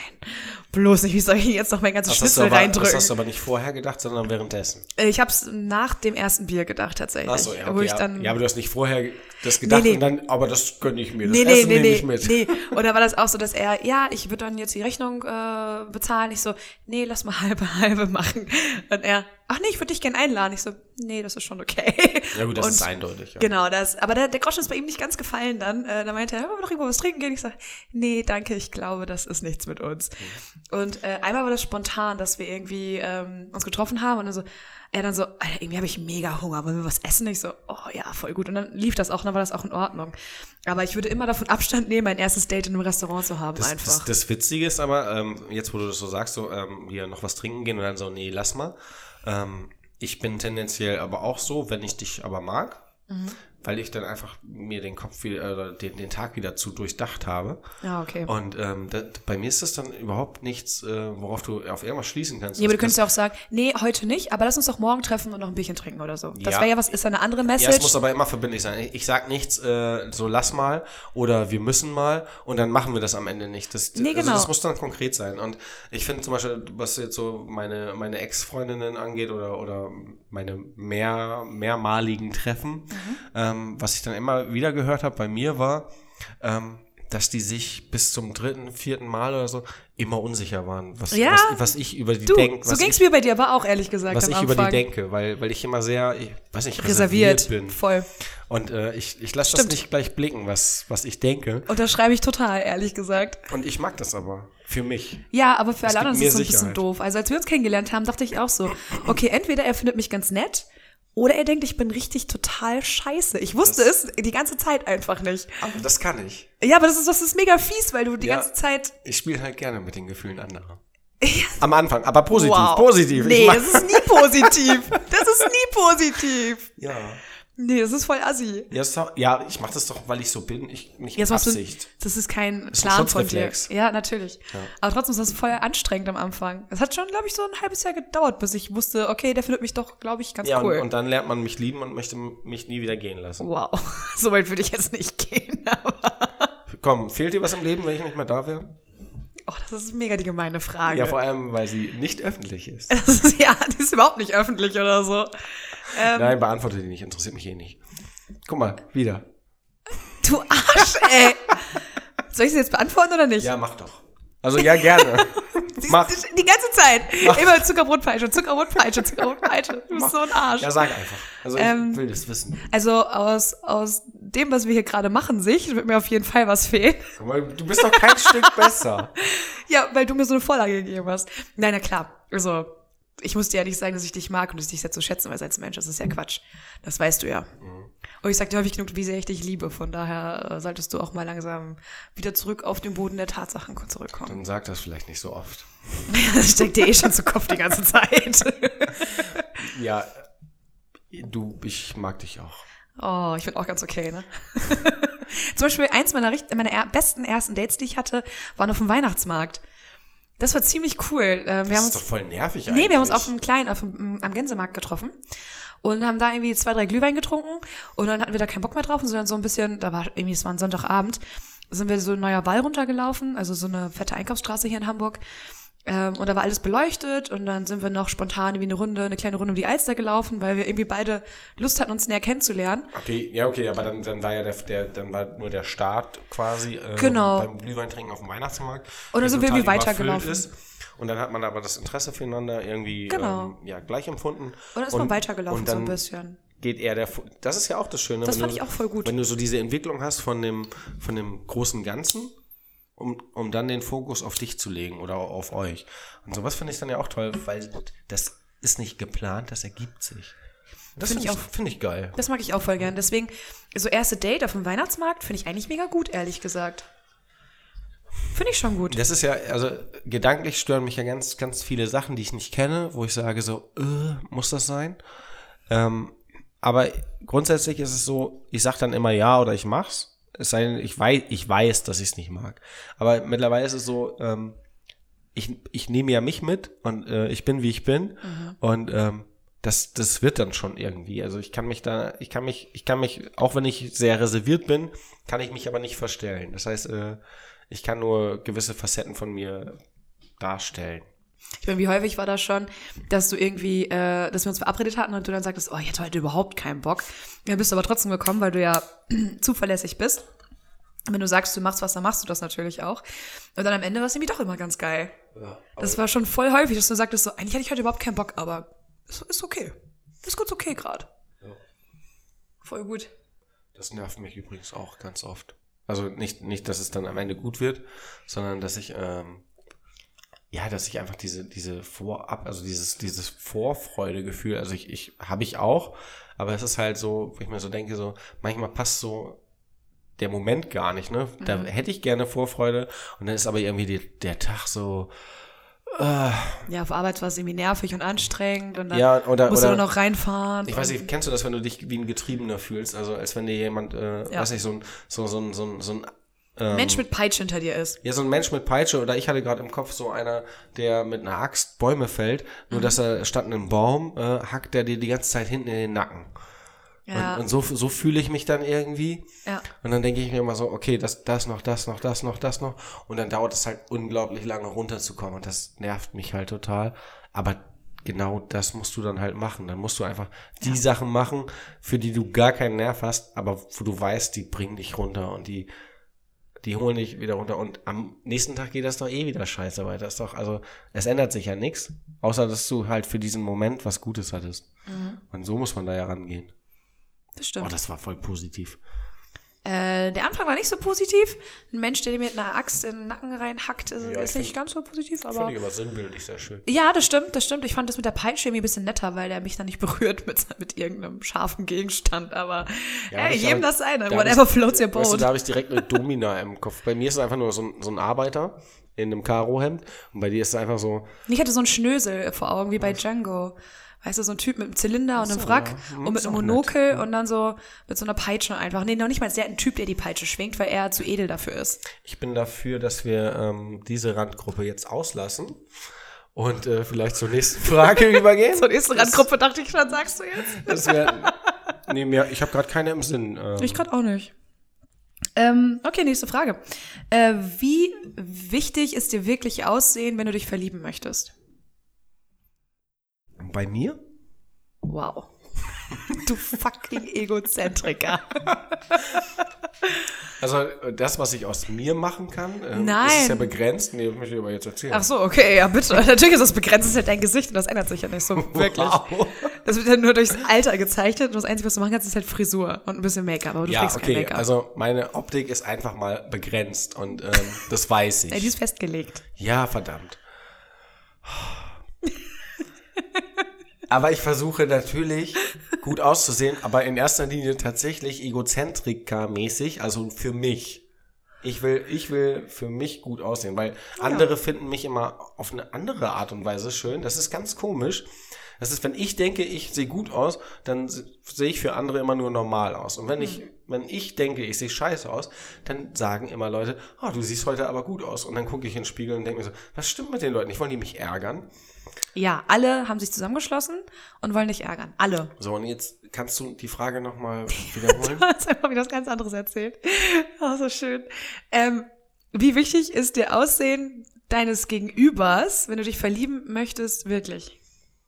Speaker 3: bloß nicht, wie soll ich jetzt noch mein ganzes
Speaker 4: Das hast, du
Speaker 3: Schnitzel
Speaker 4: aber, das
Speaker 3: reindrücken?
Speaker 4: hast du aber nicht vorher gedacht, sondern währenddessen.
Speaker 3: Äh, Ich habe es nach dem ersten Bier gedacht tatsächlich,
Speaker 4: Ach so, ja,
Speaker 3: wo
Speaker 4: okay,
Speaker 3: ich dann
Speaker 4: ja, aber du hast nicht vorher das gedacht
Speaker 3: nee.
Speaker 4: und dann, aber das gönne ich mir. Das
Speaker 3: nee, nee,
Speaker 4: Essen
Speaker 3: nee,
Speaker 4: nehme
Speaker 3: nee,
Speaker 4: ich mit.
Speaker 3: nee. Oder war das auch so, dass er, ja, ich würde dann jetzt die Rechnung äh, bezahlen. Ich so, nee, lass mal halbe, halbe machen. Und er, ach nee, ich würde dich gern einladen. Ich so, nee, das ist schon okay.
Speaker 4: Ja gut, das
Speaker 3: Und,
Speaker 4: ist eindeutig. Ja.
Speaker 3: Genau, das. Aber der, der Groschen ist bei ihm nicht ganz gefallen dann. Äh, da meinte er, wollen wir noch irgendwo was trinken gehen? Ich sag, nee, danke, ich glaube, das ist nichts mit uns.
Speaker 4: Mhm.
Speaker 3: Und äh, einmal war das spontan, dass wir irgendwie ähm, uns getroffen haben und dann so, er dann so, Alter, irgendwie habe ich mega Hunger, wollen wir was essen? Ich so, oh ja, voll gut. Und dann lief das auch, und dann war das auch in Ordnung. Aber ich würde immer davon Abstand nehmen, ein erstes Date in einem Restaurant zu haben,
Speaker 4: Das,
Speaker 3: um einfach.
Speaker 4: Das, das Witzige ist aber, ähm, jetzt wo du das so sagst, so ähm, hier noch was trinken gehen und dann so, nee, lass mal. Ähm, ich bin tendenziell aber auch so, wenn ich dich aber mag,
Speaker 3: Mhm.
Speaker 4: weil ich dann einfach mir den Kopf wieder, äh, oder den, den Tag wieder zu durchdacht habe.
Speaker 3: ja, okay.
Speaker 4: Und ähm, da, bei mir ist das dann überhaupt nichts, äh, worauf du auf irgendwas schließen kannst.
Speaker 3: Ja, aber du
Speaker 4: Das-
Speaker 3: könntest ja auch sagen, nee, heute nicht, aber lass uns doch morgen treffen und noch ein Bierchen trinken oder so. Das
Speaker 4: Ja.
Speaker 3: wäre ja was, ist ja eine andere
Speaker 4: Ja, es
Speaker 3: Message.
Speaker 4: muss aber immer verbindlich sein. Ich, ich sag nichts, äh, so lass mal oder wir müssen mal und dann machen wir das am Ende nicht. Das,
Speaker 3: Nee,
Speaker 4: also
Speaker 3: genau.
Speaker 4: das muss dann konkret sein. Und ich finde zum Beispiel, was jetzt so meine, meine Ex-Freundinnen angeht oder, oder meine mehr, mehrmaligen Treffen,
Speaker 3: Mhm.
Speaker 4: ähm, was ich dann immer wieder gehört habe bei mir war, ähm, dass die sich bis zum dritten, vierten Mal oder so immer unsicher waren, was,
Speaker 3: Ja.
Speaker 4: was, was ich über die
Speaker 3: du,
Speaker 4: denke.
Speaker 3: so ging's mir bei dir aber auch, ehrlich gesagt,
Speaker 4: was
Speaker 3: am
Speaker 4: ich
Speaker 3: Anfang.
Speaker 4: über die denke, weil, weil ich immer sehr, ich weiß nicht, reserviert,
Speaker 3: reserviert.
Speaker 4: bin.
Speaker 3: Voll.
Speaker 4: Und äh, ich, ich lasse das
Speaker 3: Stimmt.
Speaker 4: nicht gleich blicken, was, was ich denke.
Speaker 3: Unterschreibe ich total, ehrlich gesagt.
Speaker 4: Und ich mag das aber. Für mich.
Speaker 3: Ja, aber für alle
Speaker 4: gibt
Speaker 3: anderen ist
Speaker 4: mir
Speaker 3: es so ein bisschen
Speaker 4: Sicherheit.
Speaker 3: doof. Also als wir uns kennengelernt haben, dachte ich auch so, okay, entweder er findet mich ganz nett oder er denkt, ich bin richtig total scheiße. Ich wusste es die ganze Zeit einfach nicht.
Speaker 4: Aber das kann ich.
Speaker 3: Ja, aber das ist, das ist mega fies, weil du die
Speaker 4: Ja.
Speaker 3: ganze Zeit
Speaker 4: Ich spiele halt gerne mit den Gefühlen anderer.
Speaker 3: Ja,
Speaker 4: Am Anfang, aber positiv,
Speaker 3: wow.
Speaker 4: positiv. Ich
Speaker 3: Nee,
Speaker 4: mag-
Speaker 3: das ist nie positiv. Das ist nie positiv.
Speaker 4: ja.
Speaker 3: Nee, das ist voll assi.
Speaker 4: Ja, so, ja, ich mache das doch, weil ich so bin, ich nicht mit
Speaker 3: Jetzt machst du,
Speaker 4: Absicht.
Speaker 3: das ist kein
Speaker 4: Ist ein
Speaker 3: Plan von dir.
Speaker 4: Schutzreflex.
Speaker 3: Ja, natürlich. Aber trotzdem ist das voll anstrengend am Anfang. Es hat schon, glaube ich, so ein halbes Jahr gedauert, bis ich wusste, okay, der findet mich doch, glaube ich, ganz
Speaker 4: ja,
Speaker 3: cool.
Speaker 4: und, und dann lernt man mich lieben und möchte mich nie wieder gehen lassen.
Speaker 3: wow, so weit würde ich jetzt nicht gehen. Aber
Speaker 4: Komm, fehlt dir was im Leben, wenn ich nicht mehr da wäre?
Speaker 3: oh, das ist mega die gemeine Frage.
Speaker 4: Ja, vor allem, weil sie nicht öffentlich ist.
Speaker 3: das ist, ja, die ist überhaupt nicht öffentlich oder so. Ähm.
Speaker 4: Nein, beantworte die nicht, interessiert mich eh nicht. Guck mal, wieder.
Speaker 3: Du Arsch, ey. Soll ich sie jetzt beantworten oder nicht?
Speaker 4: Ja, mach doch. Also ja, gerne.
Speaker 3: Die,
Speaker 4: mach.
Speaker 3: die, die ganze Zeit. Immer Zuckerbrotpeitsche, Zuckerbrotpeitsche, Zuckerbrotpeitsche. Du bist so ein Arsch.
Speaker 4: Ja, sag einfach. Also ich
Speaker 3: Ähm,
Speaker 4: will das wissen.
Speaker 3: Also aus, aus dem, was wir hier gerade machen, sich wird mir auf jeden Fall was fehlen.
Speaker 4: Guck mal, du bist doch kein Stück besser.
Speaker 3: Ja, weil du mir so eine Vorlage gegeben hast. Nein, na klar. Also, ich muss dir ja nicht sagen, dass ich dich mag und dass ich dich sehr zu schätzen weiß als Mensch. Das ist ja Quatsch. Das weißt du ja. Und ich sag dir häufig genug, wie sehr ich dich liebe. Von daher äh, solltest du auch mal langsam wieder zurück auf den Boden der Tatsachen zurückkommen.
Speaker 4: Dann sag das vielleicht nicht so oft.
Speaker 3: Das steckt dir eh schon zu Kopf die ganze Zeit.
Speaker 4: Ja, du, ich mag dich auch.
Speaker 3: Oh, ich bin auch ganz okay, ne? Zum Beispiel eins meiner, richt- meiner er besten ersten Dates, die ich hatte, waren auf dem Weihnachtsmarkt. Das war ziemlich cool. Äh, Wir haben
Speaker 4: Das ist doch
Speaker 3: uns,
Speaker 4: voll nervig
Speaker 3: nee, wir haben uns
Speaker 4: eigentlich.
Speaker 3: auf dem kleinen, auf dem, mm, am Gänsemarkt getroffen und haben da irgendwie zwei, drei Glühwein getrunken und dann hatten wir da keinen Bock mehr drauf und sind dann so ein bisschen, da war irgendwie, es war ein Sonntagabend, sind wir so ein neuer Wall runtergelaufen, also so eine fette Einkaufsstraße hier in Hamburg. Ähm, und da war alles beleuchtet und dann sind wir noch spontan irgendwie eine Runde, eine kleine Runde um die Alster gelaufen, weil wir irgendwie beide Lust hatten, uns näher kennenzulernen.
Speaker 4: Okay, ja, okay, aber dann, dann war ja der, der, dann war nur der Start quasi äh,
Speaker 3: Genau.
Speaker 4: beim Glühweintrinken auf dem Weihnachtsmarkt.
Speaker 3: Und dann
Speaker 4: der
Speaker 3: sind wir
Speaker 4: total
Speaker 3: irgendwie
Speaker 4: überfüllt
Speaker 3: weitergelaufen.
Speaker 4: Und dann hat man aber das Interesse füreinander irgendwie
Speaker 3: Genau.
Speaker 4: ähm, ja, gleich empfunden. Und
Speaker 3: dann ist man weitergelaufen
Speaker 4: und dann
Speaker 3: so ein bisschen.
Speaker 4: Geht eher der, Fu- das ist ja auch das Schöne.
Speaker 3: Das
Speaker 4: wenn
Speaker 3: fand
Speaker 4: du,
Speaker 3: ich auch voll gut.
Speaker 4: Wenn du so diese Entwicklung hast von dem, von dem großen Ganzen, um, um dann den Fokus auf dich zu legen oder auf euch. Und sowas finde ich dann ja auch toll, weil das ist nicht geplant, das ergibt sich. Das
Speaker 3: Find
Speaker 4: finde
Speaker 3: ich
Speaker 4: ich, find ich geil.
Speaker 3: Das mag ich auch voll gern. Deswegen, so erste Date auf dem Weihnachtsmarkt finde ich eigentlich mega gut, ehrlich gesagt. Finde ich schon gut.
Speaker 4: Das ist ja, also gedanklich stören mich ja ganz, ganz viele Sachen, die ich nicht kenne, wo ich sage so, äh, muss das sein? Ähm, aber grundsätzlich ist es so, ich sage dann immer ja oder ich mach's. Es sei denn, ich weiß, ich weiß, dass ich es nicht mag. Aber mittlerweile ist es so, ähm, ich, ich nehme ja mich mit und äh, ich bin, wie ich bin. Und ähm, das, das wird dann schon irgendwie. Also ich kann mich da, ich kann mich, ich kann mich, auch wenn ich sehr reserviert bin, kann ich mich aber nicht verstellen. Das heißt, äh, ich kann nur gewisse Facetten von mir darstellen.
Speaker 3: Ich meine, wie häufig war das schon, dass du irgendwie, äh, dass wir uns verabredet hatten und du dann sagtest, oh, ich hatte heute überhaupt keinen Bock. Ja, bist du aber trotzdem gekommen, weil du ja zuverlässig bist. Wenn du sagst, du machst was, dann machst du das natürlich auch. Und dann am Ende war es irgendwie doch immer ganz geil. das war schon voll häufig, dass du sagtest, so, eigentlich hatte ich heute überhaupt keinen Bock, aber ist, ist okay. Ist ganz okay gerade. Voll gut.
Speaker 4: Das nervt mich übrigens auch ganz oft. Also nicht, nicht, dass es dann am Ende gut wird, sondern dass ich, ähm, ja, dass ich einfach diese, diese Vorab, also dieses, dieses Vorfreudegefühl, also ich, ich habe ich auch, aber es ist halt so, wo ich mir so denke, so, manchmal passt so der Moment gar nicht, ne? Da hätte ich gerne Vorfreude und dann ist aber irgendwie die, der Tag so,
Speaker 3: Ja, auf Arbeit war es irgendwie nervig und anstrengend und dann
Speaker 4: Ja, oder-
Speaker 3: musst du
Speaker 4: oder-
Speaker 3: nur noch reinfahren.
Speaker 4: Ich weiß
Speaker 3: und-
Speaker 4: nicht, kennst du das, wenn du dich wie ein Getriebener fühlst? Also als wenn dir jemand, äh,
Speaker 3: Ja.
Speaker 4: weiß nicht, so ein, so, so, ein- so, ein- so ein ähm,
Speaker 3: Mensch mit Peitsche hinter dir ist.
Speaker 4: ja, so ein Mensch mit Peitsche oder ich hatte gerade im Kopf so einer, der mit einer Axt Bäume fällt, nur dass er statt einem Baum äh, hackt er dir die ganze Zeit hinten in den Nacken.
Speaker 3: Ja.
Speaker 4: Und, und so, so fühle ich mich dann irgendwie.
Speaker 3: Ja.
Speaker 4: Und dann denke ich mir immer so, okay, das, das noch, das noch, das noch, das noch. Und dann dauert es halt unglaublich lange runterzukommen. Und das nervt mich halt total. Aber genau das musst du dann halt machen. Dann musst du einfach die Sachen machen, für die du gar keinen Nerv hast, aber wo du weißt, die bringen dich runter und die, die holen dich wieder runter. Und am nächsten Tag geht das doch eh wieder scheiße weiter. Ist doch, also, es ändert sich ja nichts, außer dass du halt für diesen Moment was Gutes hattest. Und so muss man da ja rangehen.
Speaker 3: Das
Speaker 4: Oh,
Speaker 3: stimmt.
Speaker 4: Mhm. das war voll positiv.
Speaker 3: äh, der Anfang war nicht so positiv. Ein Mensch, der dir mit einer Axt in den Nacken reinhackt, ist,
Speaker 4: Ja, ich
Speaker 3: ist nicht
Speaker 4: find-
Speaker 3: ganz so positiv, aber.
Speaker 4: aber sinnbildlich sehr schön.
Speaker 3: Ja, das stimmt, das stimmt. Ich fand das mit der Peitsche irgendwie ein bisschen netter, weil der mich dann nicht berührt mit, mit irgendeinem scharfen Gegenstand. Aber hey, jedem das seine. Whatever floats your
Speaker 4: Weißt du,
Speaker 3: boat.
Speaker 4: da habe ich direkt eine Domina im Kopf. Bei mir ist es einfach nur so ein, so ein Arbeiter, in einem Karohemd. Und bei dir ist es einfach so,
Speaker 3: Ich hatte so einen Schnösel vor Augen, wie bei Django. Weißt du, so ein Typ mit einem Zylinder und einem
Speaker 4: so,
Speaker 3: Wrack
Speaker 4: ja. Hm,
Speaker 3: und mit
Speaker 4: ist
Speaker 3: einem
Speaker 4: auch Hm.
Speaker 3: Monokel und dann so mit so einer Peitsche einfach. Nee, noch nicht mal. Der hat einen Typ, der die Peitsche schwingt, weil er zu edel dafür ist.
Speaker 4: ich bin dafür, dass wir ähm, diese Randgruppe jetzt auslassen und äh, vielleicht zur nächsten Frage übergehen.
Speaker 3: Zur nächsten Randgruppe dachte ich schon, sagst du jetzt?
Speaker 4: Das wär, nee, mir, ich habe gerade keine im Sinn. Ähm,
Speaker 3: Ich gerade auch nicht. Ähm, okay, nächste Frage. Äh, wie wichtig ist dir wirklich Aussehen, wenn du dich verlieben möchtest?
Speaker 4: bei mir?
Speaker 3: Wow. Du fucking Egozentriker.
Speaker 4: Also äh, das, was ich aus mir machen kann, ähm,
Speaker 3: Nein.
Speaker 4: das ist ja begrenzt. Nee, das möchte ich aber jetzt erzählen.
Speaker 3: Ach so, okay, ja bitte. Natürlich ist das begrenzt, ist ja dein Gesicht und das ändert sich ja nicht so wirklich.
Speaker 4: Wow.
Speaker 3: Das wird ja nur durchs Alter gezeichnet und das Einzige, was du machen kannst, ist halt Frisur und ein bisschen Make-up, aber du
Speaker 4: Ja,
Speaker 3: kriegst kein
Speaker 4: okay.
Speaker 3: Make-up.
Speaker 4: Also meine Optik ist einfach mal begrenzt und ähm, das weiß
Speaker 3: ja, die ist
Speaker 4: ich.
Speaker 3: festgelegt.
Speaker 4: Ja, verdammt. Aber ich versuche natürlich gut auszusehen, aber in erster Linie tatsächlich egozentrikermäßig, also für mich. Ich will, ich will für mich gut aussehen, weil andere finden mich immer auf eine andere Art und Weise schön. Das ist ganz komisch. Das ist, wenn ich denke, ich sehe gut aus, dann se- sehe ich für andere immer nur normal aus. Und wenn ich, wenn ich denke, ich sehe scheiße aus, dann sagen immer Leute, oh, du siehst heute aber gut aus. Und dann gucke ich in den Spiegel und denke mir so, was stimmt mit den Leuten? Ich wollen die mich ärgern.
Speaker 3: Ja, alle haben sich zusammengeschlossen und wollen dich ärgern. Alle.
Speaker 4: So, und jetzt kannst du die Frage nochmal wiederholen.
Speaker 3: Jetzt einfach wieder was ganz anderes erzählt. Oh, so schön. Ähm, wie wichtig ist dir Aussehen deines Gegenübers, wenn du dich verlieben möchtest, wirklich?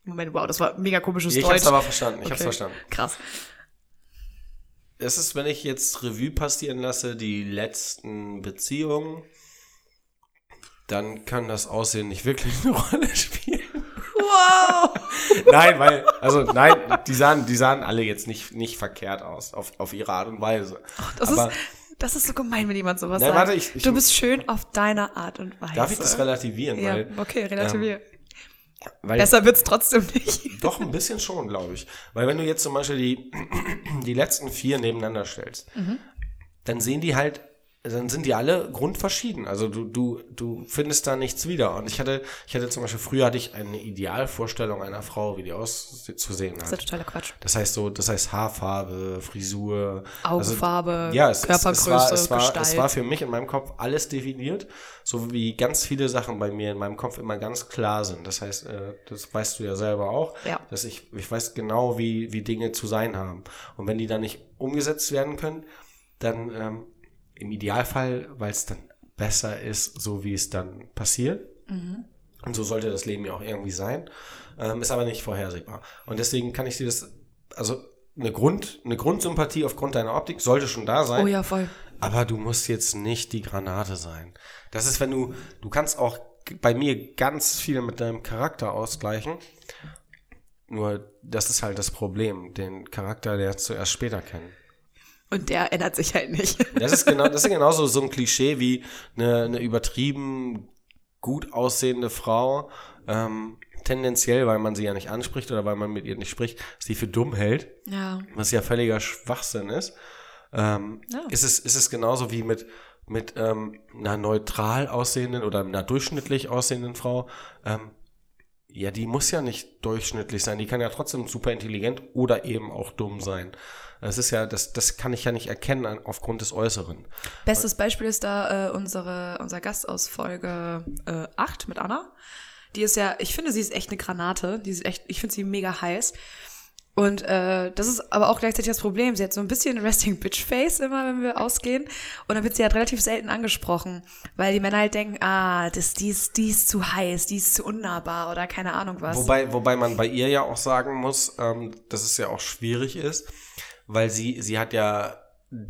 Speaker 3: Moment, wow, das war mega komisches
Speaker 4: Ich
Speaker 3: Deutsch.
Speaker 4: hab's aber verstanden, ich hab's verstanden.
Speaker 3: Krass.
Speaker 4: Es ist, wenn ich jetzt Revue passieren lasse, die letzten Beziehungen, dann kann das Aussehen nicht wirklich eine Rolle spielen.
Speaker 3: Wow!
Speaker 4: nein, weil, also nein, die sahen, die sahen alle jetzt nicht, nicht verkehrt aus, auf, auf ihre Art und Weise.
Speaker 3: Das,
Speaker 4: aber
Speaker 3: ist, das ist so gemein, wenn jemand sowas
Speaker 4: Nein,
Speaker 3: sagt.
Speaker 4: warte, ich- ich-
Speaker 3: du bist schön auf deiner Art und Weise.
Speaker 4: darf ich das relativieren?
Speaker 3: Ja,
Speaker 4: weil, ähm,
Speaker 3: okay, relativier.
Speaker 4: weil
Speaker 3: Besser wird's trotzdem nicht.
Speaker 4: Doch, ein bisschen schon, glaube ich. Weil wenn du jetzt zum Beispiel die, die letzten vier nebeneinander stellst, dann sehen die halt, dann sind die alle grundverschieden. Also du, du, du findest da nichts wieder. Und ich hatte, ich hatte zum Beispiel, früher hatte ich eine Idealvorstellung einer Frau, wie die auszusehen
Speaker 3: Das ist
Speaker 4: hat.
Speaker 3: ja totaler Quatsch.
Speaker 4: Das heißt so, das heißt Haarfarbe, Frisur, Also,
Speaker 3: Augenfarbe,
Speaker 4: ja, es,
Speaker 3: Körpergröße,
Speaker 4: es, es war, es war,
Speaker 3: Gestalt.
Speaker 4: Es war für mich in meinem Kopf alles definiert, so wie ganz viele Sachen bei mir in meinem Kopf immer ganz klar sind. Das heißt, äh, das weißt du ja selber auch,
Speaker 3: Ja.
Speaker 4: dass ich, ich weiß genau, wie, wie Dinge zu sein haben. Und wenn die dann nicht umgesetzt werden können, dann ähm, im Idealfall, weil es dann besser ist, so wie es dann passiert,
Speaker 3: Mhm.
Speaker 4: und so sollte das Leben ja auch irgendwie sein. Ähm, ist aber nicht vorhersehbar. Und deswegen kann ich dir das, also eine, Grund, eine Grundsympathie aufgrund deiner Optik sollte schon da sein.
Speaker 3: Oh ja, voll.
Speaker 4: Aber du musst jetzt nicht die Granate sein. Das ist, wenn du, du kannst auch g- bei mir ganz viel mit deinem Charakter ausgleichen. Nur, das ist halt das Problem. Den Charakter lernst du erst später kennen.
Speaker 3: Und der ändert sich halt nicht.
Speaker 4: Das ist genau, das ist genauso so ein Klischee wie eine, eine übertrieben gut aussehende Frau, ähm, tendenziell, weil man sie ja nicht anspricht oder weil man mit ihr nicht spricht, sie für dumm hält,
Speaker 3: Ja.
Speaker 4: was ja völliger Schwachsinn ist. Ähm,
Speaker 3: Ja.
Speaker 4: ist, es, ist es genauso wie mit, mit ähm, einer neutral aussehenden oder einer durchschnittlich aussehenden Frau. Ähm, ja, die muss ja nicht durchschnittlich sein. Die kann ja trotzdem super intelligent oder eben auch dumm sein. Das ist ja, das, das kann ich ja nicht erkennen an, aufgrund des Äußeren.
Speaker 3: Bestes Beispiel ist da äh, unsere, unser Gast aus Folge äh, 8 mit Anna. Die ist ja, ich finde, sie ist echt eine Granate. Die ist echt, ich finde sie mega heiß. Und äh, das ist aber auch gleichzeitig das Problem. Sie hat so ein bisschen Resting Bitch Face immer, wenn wir ausgehen. Und dann wird sie halt relativ selten angesprochen, weil die Männer halt denken, ah, das, die, ist, die ist zu heiß, die ist zu unnahbar oder keine Ahnung was.
Speaker 4: Wobei, wobei man bei ihr ja auch sagen muss, ähm, dass es ja auch schwierig ist, weil sie, sie hat ja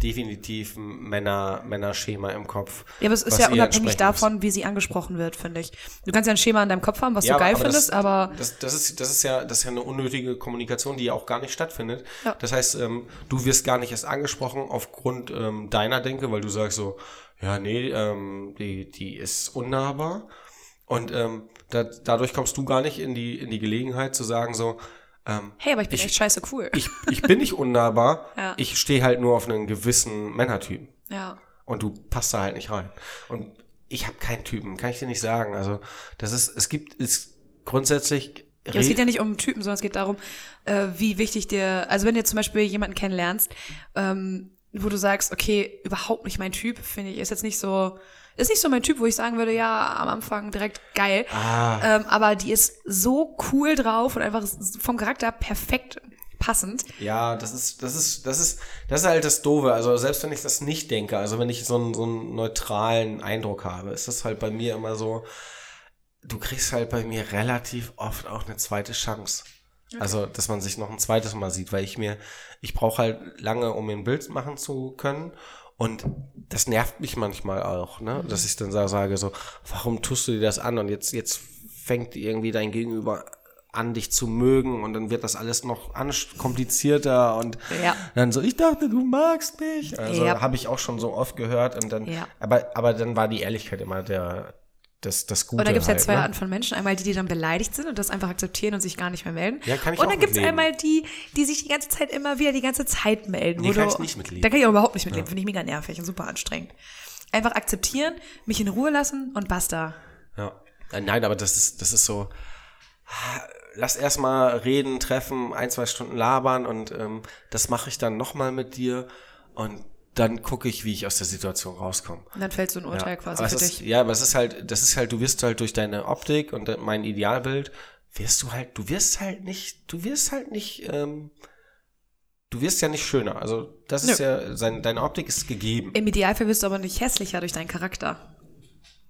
Speaker 4: definitiv ein Männer, Männerschema im Kopf.
Speaker 3: ja, aber es ist
Speaker 4: was
Speaker 3: ja
Speaker 4: ihr
Speaker 3: unabhängig
Speaker 4: entsprechen muss.
Speaker 3: davon, wie sie angesprochen wird, finde ich. Du kannst ja ein Schema in deinem Kopf haben, was du geil findest,
Speaker 4: das,
Speaker 3: aber
Speaker 4: Das, das, ist, das, ist ja, das ist ja eine unnötige Kommunikation, die ja auch gar nicht stattfindet.
Speaker 3: Ja.
Speaker 4: Das heißt, ähm, du wirst gar nicht erst angesprochen aufgrund ähm, deiner Denke, weil du sagst so, ja, nee, ähm, die, die ist unnahbar. Und ähm, da, dadurch kommst du gar nicht in die, in die Gelegenheit zu sagen so, ähm,
Speaker 3: hey, aber ich bin
Speaker 4: Ich-
Speaker 3: echt scheiße cool.
Speaker 4: ich, ich bin nicht unnahbar,
Speaker 3: Ja.
Speaker 4: ich stehe halt nur auf einen gewissen Männertyp.
Speaker 3: ja.
Speaker 4: Und du passt da halt nicht rein. Und ich habe keinen Typen, kann ich dir nicht sagen. Also, das ist, es gibt, ist grundsätzlich.
Speaker 3: Ja, es geht ja nicht um Typen, sondern es geht darum, äh, wie wichtig dir, also wenn du jetzt zum Beispiel jemanden kennenlernst, ähm, wo du sagst, okay, überhaupt nicht mein Typ, finde ich, ist jetzt nicht so, ist nicht so mein Typ, wo ich sagen würde, ja, am Anfang direkt geil.
Speaker 4: Ah.
Speaker 3: Ähm, aber die ist so cool drauf und einfach vom Charakter perfekt passend.
Speaker 4: Ja, das ist, das ist, das ist, das ist halt das Doofe. Also selbst wenn ich das nicht denke, also wenn ich so einen, so einen neutralen Eindruck habe, ist das halt bei mir immer so, du kriegst halt bei mir relativ oft auch eine zweite Chance. Also, dass man sich noch ein zweites Mal sieht, weil ich mir, ich brauche halt lange, um mir ein Bild machen zu können. Und das nervt mich manchmal auch, ne?
Speaker 3: Mhm.
Speaker 4: Dass ich dann so sage, so, warum tust du dir das an? Und jetzt, jetzt fängt irgendwie dein Gegenüber an, dich zu mögen und dann wird das alles noch anst- komplizierter und
Speaker 3: Ja.
Speaker 4: dann so, ich dachte, du magst mich. Also
Speaker 3: Ja.
Speaker 4: habe ich auch schon so oft gehört und dann,
Speaker 3: Ja.
Speaker 4: aber, aber dann war die Ehrlichkeit immer der, das, das Gute.
Speaker 3: Und da gibt's
Speaker 4: halt,
Speaker 3: ja zwei
Speaker 4: ne?
Speaker 3: Arten von Menschen. Einmal die, die dann beleidigt sind und das einfach akzeptieren und sich gar nicht mehr melden.
Speaker 4: Ja, kann ich
Speaker 3: und
Speaker 4: auch
Speaker 3: dann gibt's
Speaker 4: mitleben.
Speaker 3: einmal die, die sich die ganze Zeit immer wieder die ganze Zeit melden.
Speaker 4: Nee,
Speaker 3: wo
Speaker 4: kann
Speaker 3: du,
Speaker 4: ich nicht mitleben.
Speaker 3: Da kann ich auch überhaupt nicht mitleben. Finde ich mega nervig und super anstrengend. Einfach akzeptieren, mich in Ruhe lassen und basta.
Speaker 4: Ja. Äh, Nein, aber das ist, das ist so. Lass erstmal reden, treffen, ein, zwei Stunden labern und ähm, das mache ich dann nochmal mit dir und dann gucke ich, wie ich aus der Situation rauskomme.
Speaker 3: Und dann fällt so ein Urteil quasi
Speaker 4: aber
Speaker 3: für
Speaker 4: es ist,
Speaker 3: dich.
Speaker 4: ja, aber es ist halt, das ist halt, du wirst halt durch deine Optik und de- mein Idealbild, wirst du halt, du wirst halt nicht, du wirst halt nicht, ähm, du wirst ja nicht schöner. Also das ist
Speaker 3: Nö.
Speaker 4: ja, sein, deine Optik ist gegeben.
Speaker 3: Im Idealfall wirst du aber nicht hässlicher durch deinen Charakter.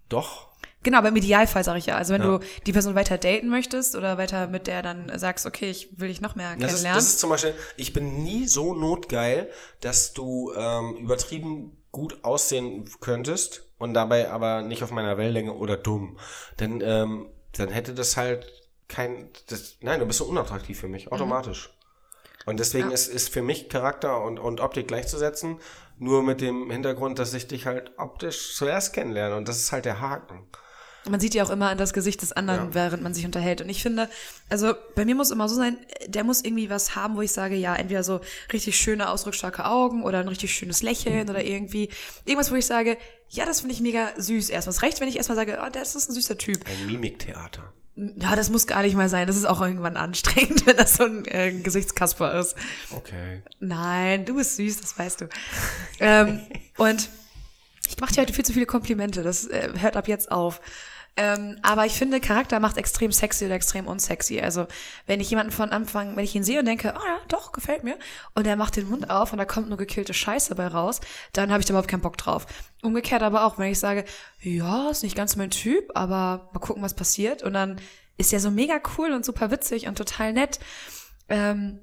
Speaker 4: Doch.
Speaker 3: Genau, aber im Idealfall sage ich ja. Also wenn
Speaker 4: Ja.
Speaker 3: du die Person weiter daten möchtest oder weiter mit der dann sagst, okay, ich will dich noch mehr
Speaker 4: Das ist,
Speaker 3: kennenlernen.
Speaker 4: das ist zum Beispiel, ich bin nie so notgeil, dass du ähm, übertrieben gut aussehen könntest und dabei aber nicht auf meiner Wellenlänge oder dumm. Denn ähm, dann hätte das halt kein. Das, nein, du bist so unattraktiv für mich, automatisch. Und deswegen ist, ist für mich Charakter und, und Optik gleichzusetzen, nur mit dem Hintergrund, dass ich dich halt optisch zuerst kennenlerne. Und das ist halt der Haken.
Speaker 3: Man sieht ja auch immer an das Gesicht des anderen,
Speaker 4: Ja.
Speaker 3: während man sich unterhält. Und ich finde, also bei mir muss immer so sein, der muss irgendwie was haben, wo ich sage, ja, entweder so richtig schöne, ausdrucksstarke Augen oder ein richtig schönes Lächeln oder irgendwie irgendwas, wo ich sage, ja, das finde ich mega süß erstmal. Es reicht, wenn ich erstmal sage, oh, das ist ein süßer Typ.
Speaker 4: Ein Mimiktheater.
Speaker 3: Ja, das muss gar nicht mal sein. Das ist auch irgendwann anstrengend, wenn das so ein äh, Gesichtskasper ist.
Speaker 4: Okay.
Speaker 3: Nein, du bist süß, das weißt du. ähm, und ich mache dir heute viel zu viele Komplimente, das äh, hört ab jetzt auf. Ähm, aber ich finde, Charakter macht extrem sexy oder extrem unsexy. Also wenn ich jemanden von Anfang, wenn ich ihn sehe und denke, ah ja, doch, gefällt mir, und er macht den Mund auf und da kommt nur gekillte Scheiße bei raus, dann habe ich da überhaupt keinen Bock drauf. Umgekehrt aber auch, wenn ich sage, ja, ist nicht ganz mein Typ, aber mal gucken, was passiert. Und dann ist er so mega cool und super witzig und total nett. Ähm,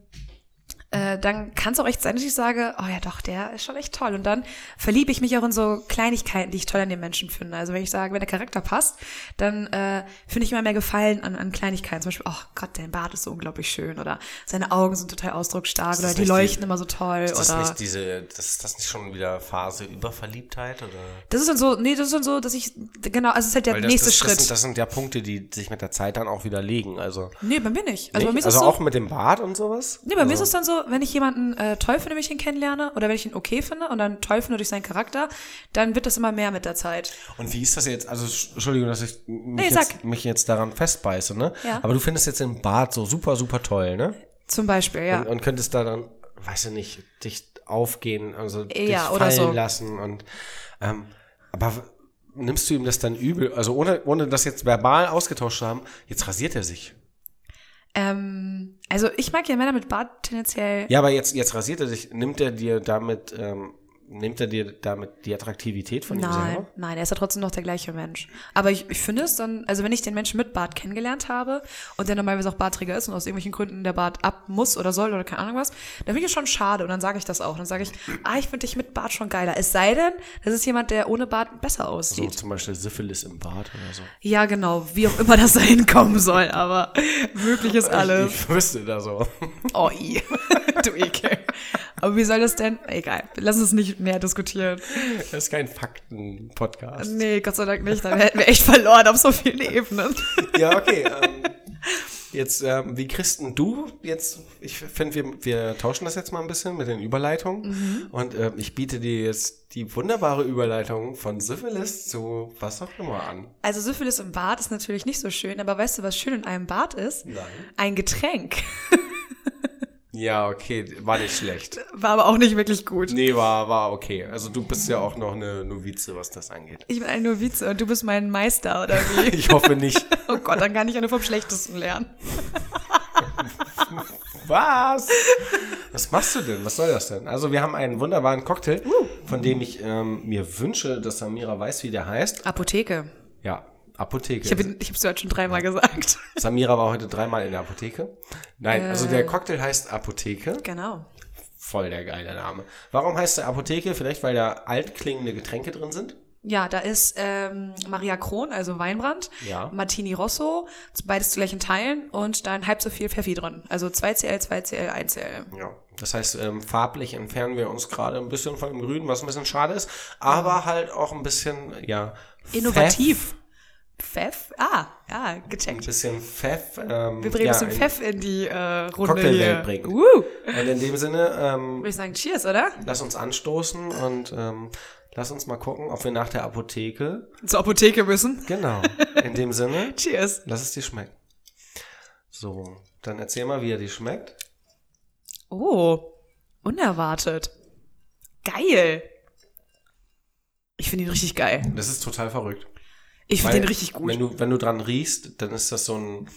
Speaker 3: äh, dann kann es auch echt sein, dass ich sage, oh ja doch, der ist schon echt toll. Und dann verliebe ich mich auch in so Kleinigkeiten, die ich toll an dem Menschen finde. Also wenn ich sage, wenn der Charakter passt, dann äh, finde ich immer mehr Gefallen an, an Kleinigkeiten. Zum Beispiel, oh Gott, dein Bart ist so unglaublich schön oder seine Augen sind total ausdrucksstark
Speaker 4: das
Speaker 3: oder die
Speaker 4: nicht die-
Speaker 3: leuchten immer so toll.
Speaker 4: Ist das
Speaker 3: oder
Speaker 4: nicht diese, das, ist das nicht schon wieder Phase Überverliebtheit oder?
Speaker 3: das ist dann so, nee, das ist dann so, dass ich, genau, also es ist halt der
Speaker 4: Weil
Speaker 3: nächste
Speaker 4: das, das,
Speaker 3: Schritt.
Speaker 4: Das sind, das sind ja Punkte, die sich mit der Zeit dann auch widerlegen. Also,
Speaker 3: nee, bei mir nicht. Also bei mir ist
Speaker 4: also
Speaker 3: es so,
Speaker 4: auch mit dem Bart und sowas.
Speaker 3: Nee, bei mir ist es dann so, wenn ich jemanden äh, toll finde, wenn ich ihn kennenlerne, oder wenn ich ihn okay finde und dann toll finde durch seinen Charakter, dann wird das immer mehr mit der Zeit.
Speaker 4: Und wie ist das jetzt? Also, sch- Entschuldigung, dass ich mich,
Speaker 3: sag.
Speaker 4: jetzt, mich jetzt daran festbeiße, ne?
Speaker 3: Ja.
Speaker 4: Aber du findest jetzt den Bart so super, super toll, ne?
Speaker 3: Zum Beispiel, ja.
Speaker 4: Und, und könntest da dann, weiß ich nicht, dich aufgehen, also
Speaker 3: Ja,
Speaker 4: dich
Speaker 3: oder
Speaker 4: fallen
Speaker 3: so.
Speaker 4: lassen und ähm, aber w- nimmst du ihm das dann übel? Also ohne, ohne das jetzt verbal ausgetauscht zu haben, jetzt rasiert er sich.
Speaker 3: ähm, also ich mag ja Männer mit Bart tendenziell.
Speaker 4: Ja, aber jetzt, jetzt rasiert er sich. Nimmt er dir damit, ähm, nimmt er dir damit die Attraktivität von ihm
Speaker 3: nein,
Speaker 4: selber?
Speaker 3: nein, er ist ja trotzdem noch der gleiche Mensch. Aber ich, ich finde es dann, also wenn ich den Menschen mit Bart kennengelernt habe und der normalerweise auch Bartträger ist und aus irgendwelchen Gründen der Bart ab muss oder soll oder keine Ahnung was, dann finde ich es schon schade und dann sage ich das auch. Dann sage ich, ah, ich finde dich mit Bart schon geiler. Es sei denn, das ist jemand, der ohne Bart besser
Speaker 4: So
Speaker 3: aussieht.
Speaker 4: zum Beispiel Syphilis im Bart oder so.
Speaker 3: Ja, genau, wie auch immer das dahin kommen soll, aber möglich ist alles.
Speaker 4: Ich, ich wüsste da so.
Speaker 3: Oh, i. du Ekel. Aber wie soll das denn? Egal, lass uns nicht mehr diskutieren.
Speaker 4: Das ist kein Fakten-Podcast.
Speaker 3: Nee, Gott sei Dank nicht, dann hätten wir echt verloren auf so vielen Ebenen.
Speaker 4: Ja, okay. Ähm, Jetzt, ähm, wie Christen du, jetzt, ich finde, wir, wir tauschen das jetzt mal ein bisschen mit den Überleitungen. Und ähm, ich biete dir jetzt die wunderbare Überleitung von Syphilis zu was auch immer an.
Speaker 3: Also Syphilis im Bad ist natürlich nicht so schön, aber weißt du, was schön in einem Bad ist?
Speaker 4: Nein.
Speaker 3: Ein Getränk.
Speaker 4: Ja, okay, war nicht schlecht.
Speaker 3: War aber auch nicht wirklich gut.
Speaker 4: Nee, war, war okay. Also du bist ja auch noch eine Novize, was das angeht.
Speaker 3: Ich bin ein Novize und du bist mein Meister, oder wie?
Speaker 4: Ich hoffe nicht.
Speaker 3: Oh Gott, dann kann ich ja nur vom Schlechtesten lernen.
Speaker 4: Was? Was machst du denn? Was soll das denn? Also wir haben einen wunderbaren Cocktail, von dem ich ähm, mir wünsche, dass Samira weiß, wie der heißt.
Speaker 3: Apotheke.
Speaker 4: Ja, Apotheke. Also
Speaker 3: Ich habe ich hab's dir heute schon dreimal gesagt.
Speaker 4: Samira war heute dreimal in der Apotheke. Nein, also der Cocktail heißt Apotheke.
Speaker 3: Genau.
Speaker 4: Voll der geile Name. Warum heißt der Apotheke? Vielleicht, weil da altklingende Getränke drin sind?
Speaker 3: Ja, da ist ähm, Maria Kron, also Weinbrand,
Speaker 4: Ja.
Speaker 3: Martini Rosso, beides zu gleichen Teilen und dann halb so viel Pfeffi drin. Also 2CL, 2CL, 1CL.
Speaker 4: Ja. Das heißt, ähm, farblich entfernen wir uns gerade ein bisschen von dem Grün, was ein bisschen schade ist, aber halt auch ein bisschen, ja,
Speaker 3: Innovativ. Pfeff? Ah,
Speaker 4: Pfeff,
Speaker 3: ja,
Speaker 4: ein
Speaker 3: gecheckt.
Speaker 4: bisschen Pfeff. Ähm,
Speaker 3: Wir bringen
Speaker 4: ja,
Speaker 3: ein bisschen
Speaker 4: in-
Speaker 3: Pfeff in die äh, Runde hier.
Speaker 4: Cocktailwelt bringt.
Speaker 3: Uh,
Speaker 4: Und in dem Sinne, ähm,
Speaker 3: würde ich sagen, cheers, oder?
Speaker 4: lass uns anstoßen und ähm, lass uns mal gucken, ob wir nach der Apotheke.
Speaker 3: Zur Apotheke müssen.
Speaker 4: Genau. In dem Sinne,
Speaker 3: Cheers.
Speaker 4: lass es dir schmecken. So, dann erzähl mal, wie er dir schmeckt.
Speaker 3: Oh, unerwartet. Geil. Ich finde ihn richtig geil.
Speaker 4: Das ist total verrückt.
Speaker 3: Ich finde
Speaker 4: Weil,
Speaker 3: den richtig gut.
Speaker 4: Wenn du, wenn du dran riechst, dann ist das so ein.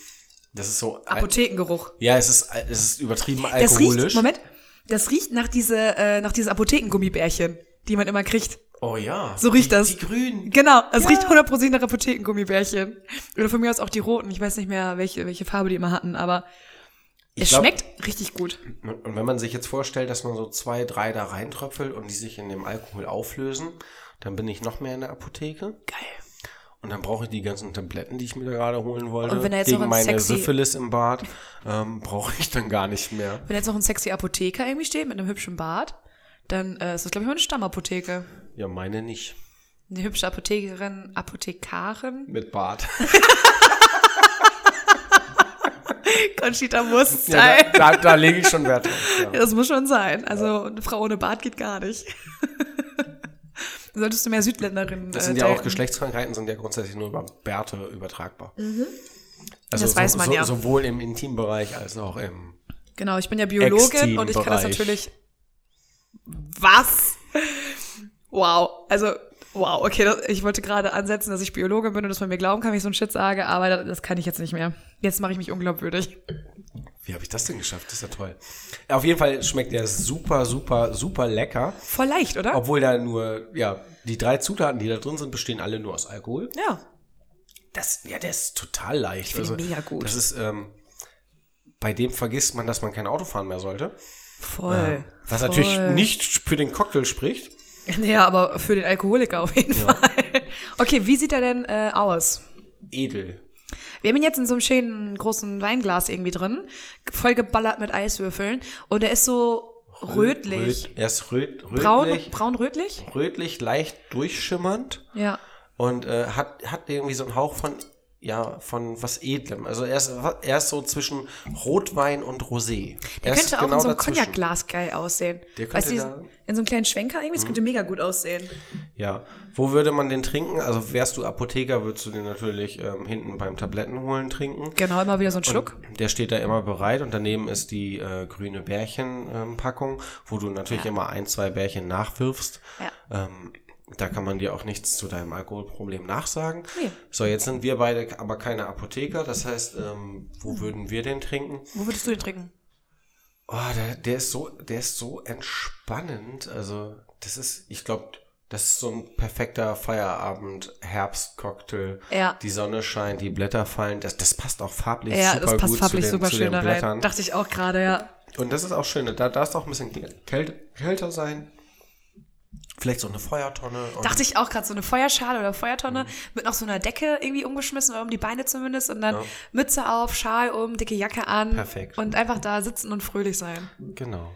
Speaker 4: Das ist so. al-
Speaker 3: Apothekengeruch.
Speaker 4: Ja, es ist, al- es ist übertrieben
Speaker 3: Das
Speaker 4: alkoholisch.
Speaker 3: riecht, Moment, das riecht nach diese, äh, nach diese Apothekengummibärchen, die man immer kriegt.
Speaker 4: Oh ja.
Speaker 3: So riecht
Speaker 4: die,
Speaker 3: das.
Speaker 4: Die grünen.
Speaker 3: Genau, es riecht 100% nach Apothekengummibärchen. Oder von mir aus auch die roten. Ich weiß nicht mehr, welche, welche Farbe die immer hatten, aber
Speaker 4: Ich
Speaker 3: es
Speaker 4: glaub-
Speaker 3: schmeckt richtig gut.
Speaker 4: Und und wenn man sich jetzt vorstellt, dass man so zwei, drei da reintröpfelt und die sich in dem Alkohol auflösen, dann bin ich noch mehr in der Apotheke.
Speaker 3: Geil.
Speaker 4: Und dann brauche ich die ganzen Tabletten, die ich mir da gerade holen wollte.
Speaker 3: Und wenn er jetzt
Speaker 4: gegen
Speaker 3: noch ein
Speaker 4: meine
Speaker 3: sexy-
Speaker 4: Syphilis im Bad ähm, brauche ich dann gar nicht mehr.
Speaker 3: Wenn jetzt noch ein sexy Apotheker irgendwie steht mit einem hübschen Bart, dann äh, ist das, glaube ich, mal eine Stammapotheke.
Speaker 4: Ja, meine nicht.
Speaker 3: Eine hübsche Apothekerin, Apothekarin.
Speaker 4: Mit Bad.
Speaker 3: Conchita Wurst.
Speaker 4: Ja, da da, da lege ich schon Wert drauf. Ja.
Speaker 3: Das muss schon sein. Also eine Frau ohne Bart geht gar nicht. Dann Solltest du mehr Südländerinnen
Speaker 4: Das
Speaker 3: äh,
Speaker 4: sind ja auch
Speaker 3: daten.
Speaker 4: Geschlechtskrankheiten, sind ja grundsätzlich nur über Bärte übertragbar. Also
Speaker 3: Mhm. Das weiß man ja.
Speaker 4: Sowohl im Intimbereich als auch im.
Speaker 3: Genau, ich bin ja Biologin und ich kann das
Speaker 4: Ex-Team-Bereich.
Speaker 3: natürlich. Was? Wow. Also, wow. Okay, das, ich wollte gerade ansetzen, dass ich Biologin bin und dass man mir glauben kann, wenn ich so einen Shit sage, aber das, das kann ich jetzt nicht mehr. Jetzt mache ich mich unglaubwürdig.
Speaker 4: Wie habe ich das denn geschafft? Das ist ja toll. Auf jeden Fall schmeckt der super, super, super lecker.
Speaker 3: Voll leicht, oder?
Speaker 4: Obwohl da nur, ja, die drei Zutaten, die da drin sind, bestehen alle nur aus Alkohol.
Speaker 3: ja.
Speaker 4: Das, ja, der ist total leicht. Also,
Speaker 3: finde ihn mega gut.
Speaker 4: Das ist, ähm, bei dem vergisst man, dass man kein Auto fahren mehr sollte.
Speaker 3: Voll.
Speaker 4: Was
Speaker 3: voll.
Speaker 4: natürlich nicht für den Cocktail spricht.
Speaker 3: Ja, aber für den Alkoholiker auf jeden Fall. Okay, wie sieht er denn äh, aus?
Speaker 4: Edel.
Speaker 3: Wir haben ihn jetzt in so einem schönen großen Weinglas irgendwie drin, vollgeballert mit Eiswürfeln und er ist so rötlich.
Speaker 4: Röt, er ist röt,
Speaker 3: Braun,
Speaker 4: rötlich,
Speaker 3: braun-rötlich?
Speaker 4: rötlich, leicht durchschimmernd
Speaker 3: Ja.
Speaker 4: und äh, hat, hat irgendwie so einen Hauch von, ja, von was Edlem. Also er ist, er ist so zwischen Rotwein und Rosé.
Speaker 3: Der
Speaker 4: er ist genau
Speaker 3: könnte auch in so einem
Speaker 4: dazwischen.
Speaker 3: Cognac-Glas geil aussehen.
Speaker 4: Der könnte
Speaker 3: weißt du,
Speaker 4: da- Mhm.
Speaker 3: in so einem kleinen Schwenker irgendwie, das könnte mega gut aussehen.
Speaker 4: Ja, wo würde man den trinken? Also wärst du Apotheker, würdest du den natürlich ähm, hinten beim Tablettenholen trinken.
Speaker 3: Genau, immer wieder so ein Schluck.
Speaker 4: Der steht da immer bereit und daneben ist die äh, grüne Bärchen-Packung, wo du natürlich immer ein, zwei Bärchen nachwirfst.
Speaker 3: Ja.
Speaker 4: Ähm, da kann man dir auch nichts zu deinem Alkoholproblem nachsagen.
Speaker 3: Nee.
Speaker 4: So, jetzt sind wir beide aber keine Apotheker. Das heißt, ähm,
Speaker 3: Hm.
Speaker 4: wo würden wir den trinken?
Speaker 3: Wo würdest du den trinken?
Speaker 4: Oh, der, der ist so, der ist so entspannend. Also, das ist, ich glaube, das ist so ein perfekter Feierabend-Herbst-Cocktail.
Speaker 3: Ja.
Speaker 4: Die Sonne scheint, die Blätter fallen. Das, das passt auch farblich
Speaker 3: Ja,
Speaker 4: super
Speaker 3: das passt
Speaker 4: gut
Speaker 3: farblich
Speaker 4: zu den,
Speaker 3: super
Speaker 4: zu
Speaker 3: schön
Speaker 4: den
Speaker 3: da rein.
Speaker 4: Blättern.
Speaker 3: Dachte ich auch gerade, ja.
Speaker 4: Und das ist auch schön. ne? Da darf es auch ein bisschen kälte, kälter sein. Vielleicht so eine Feuertonne. Und Mhm.
Speaker 3: Dachte ich auch gerade, so eine Feuerschale oder Feuertonne mit noch so einer Decke irgendwie umgeschmissen oder um die Beine zumindest und dann Mütze auf, Schal um, dicke Jacke an.
Speaker 4: Perfekt.
Speaker 3: Und einfach da sitzen und fröhlich sein.
Speaker 4: Genau.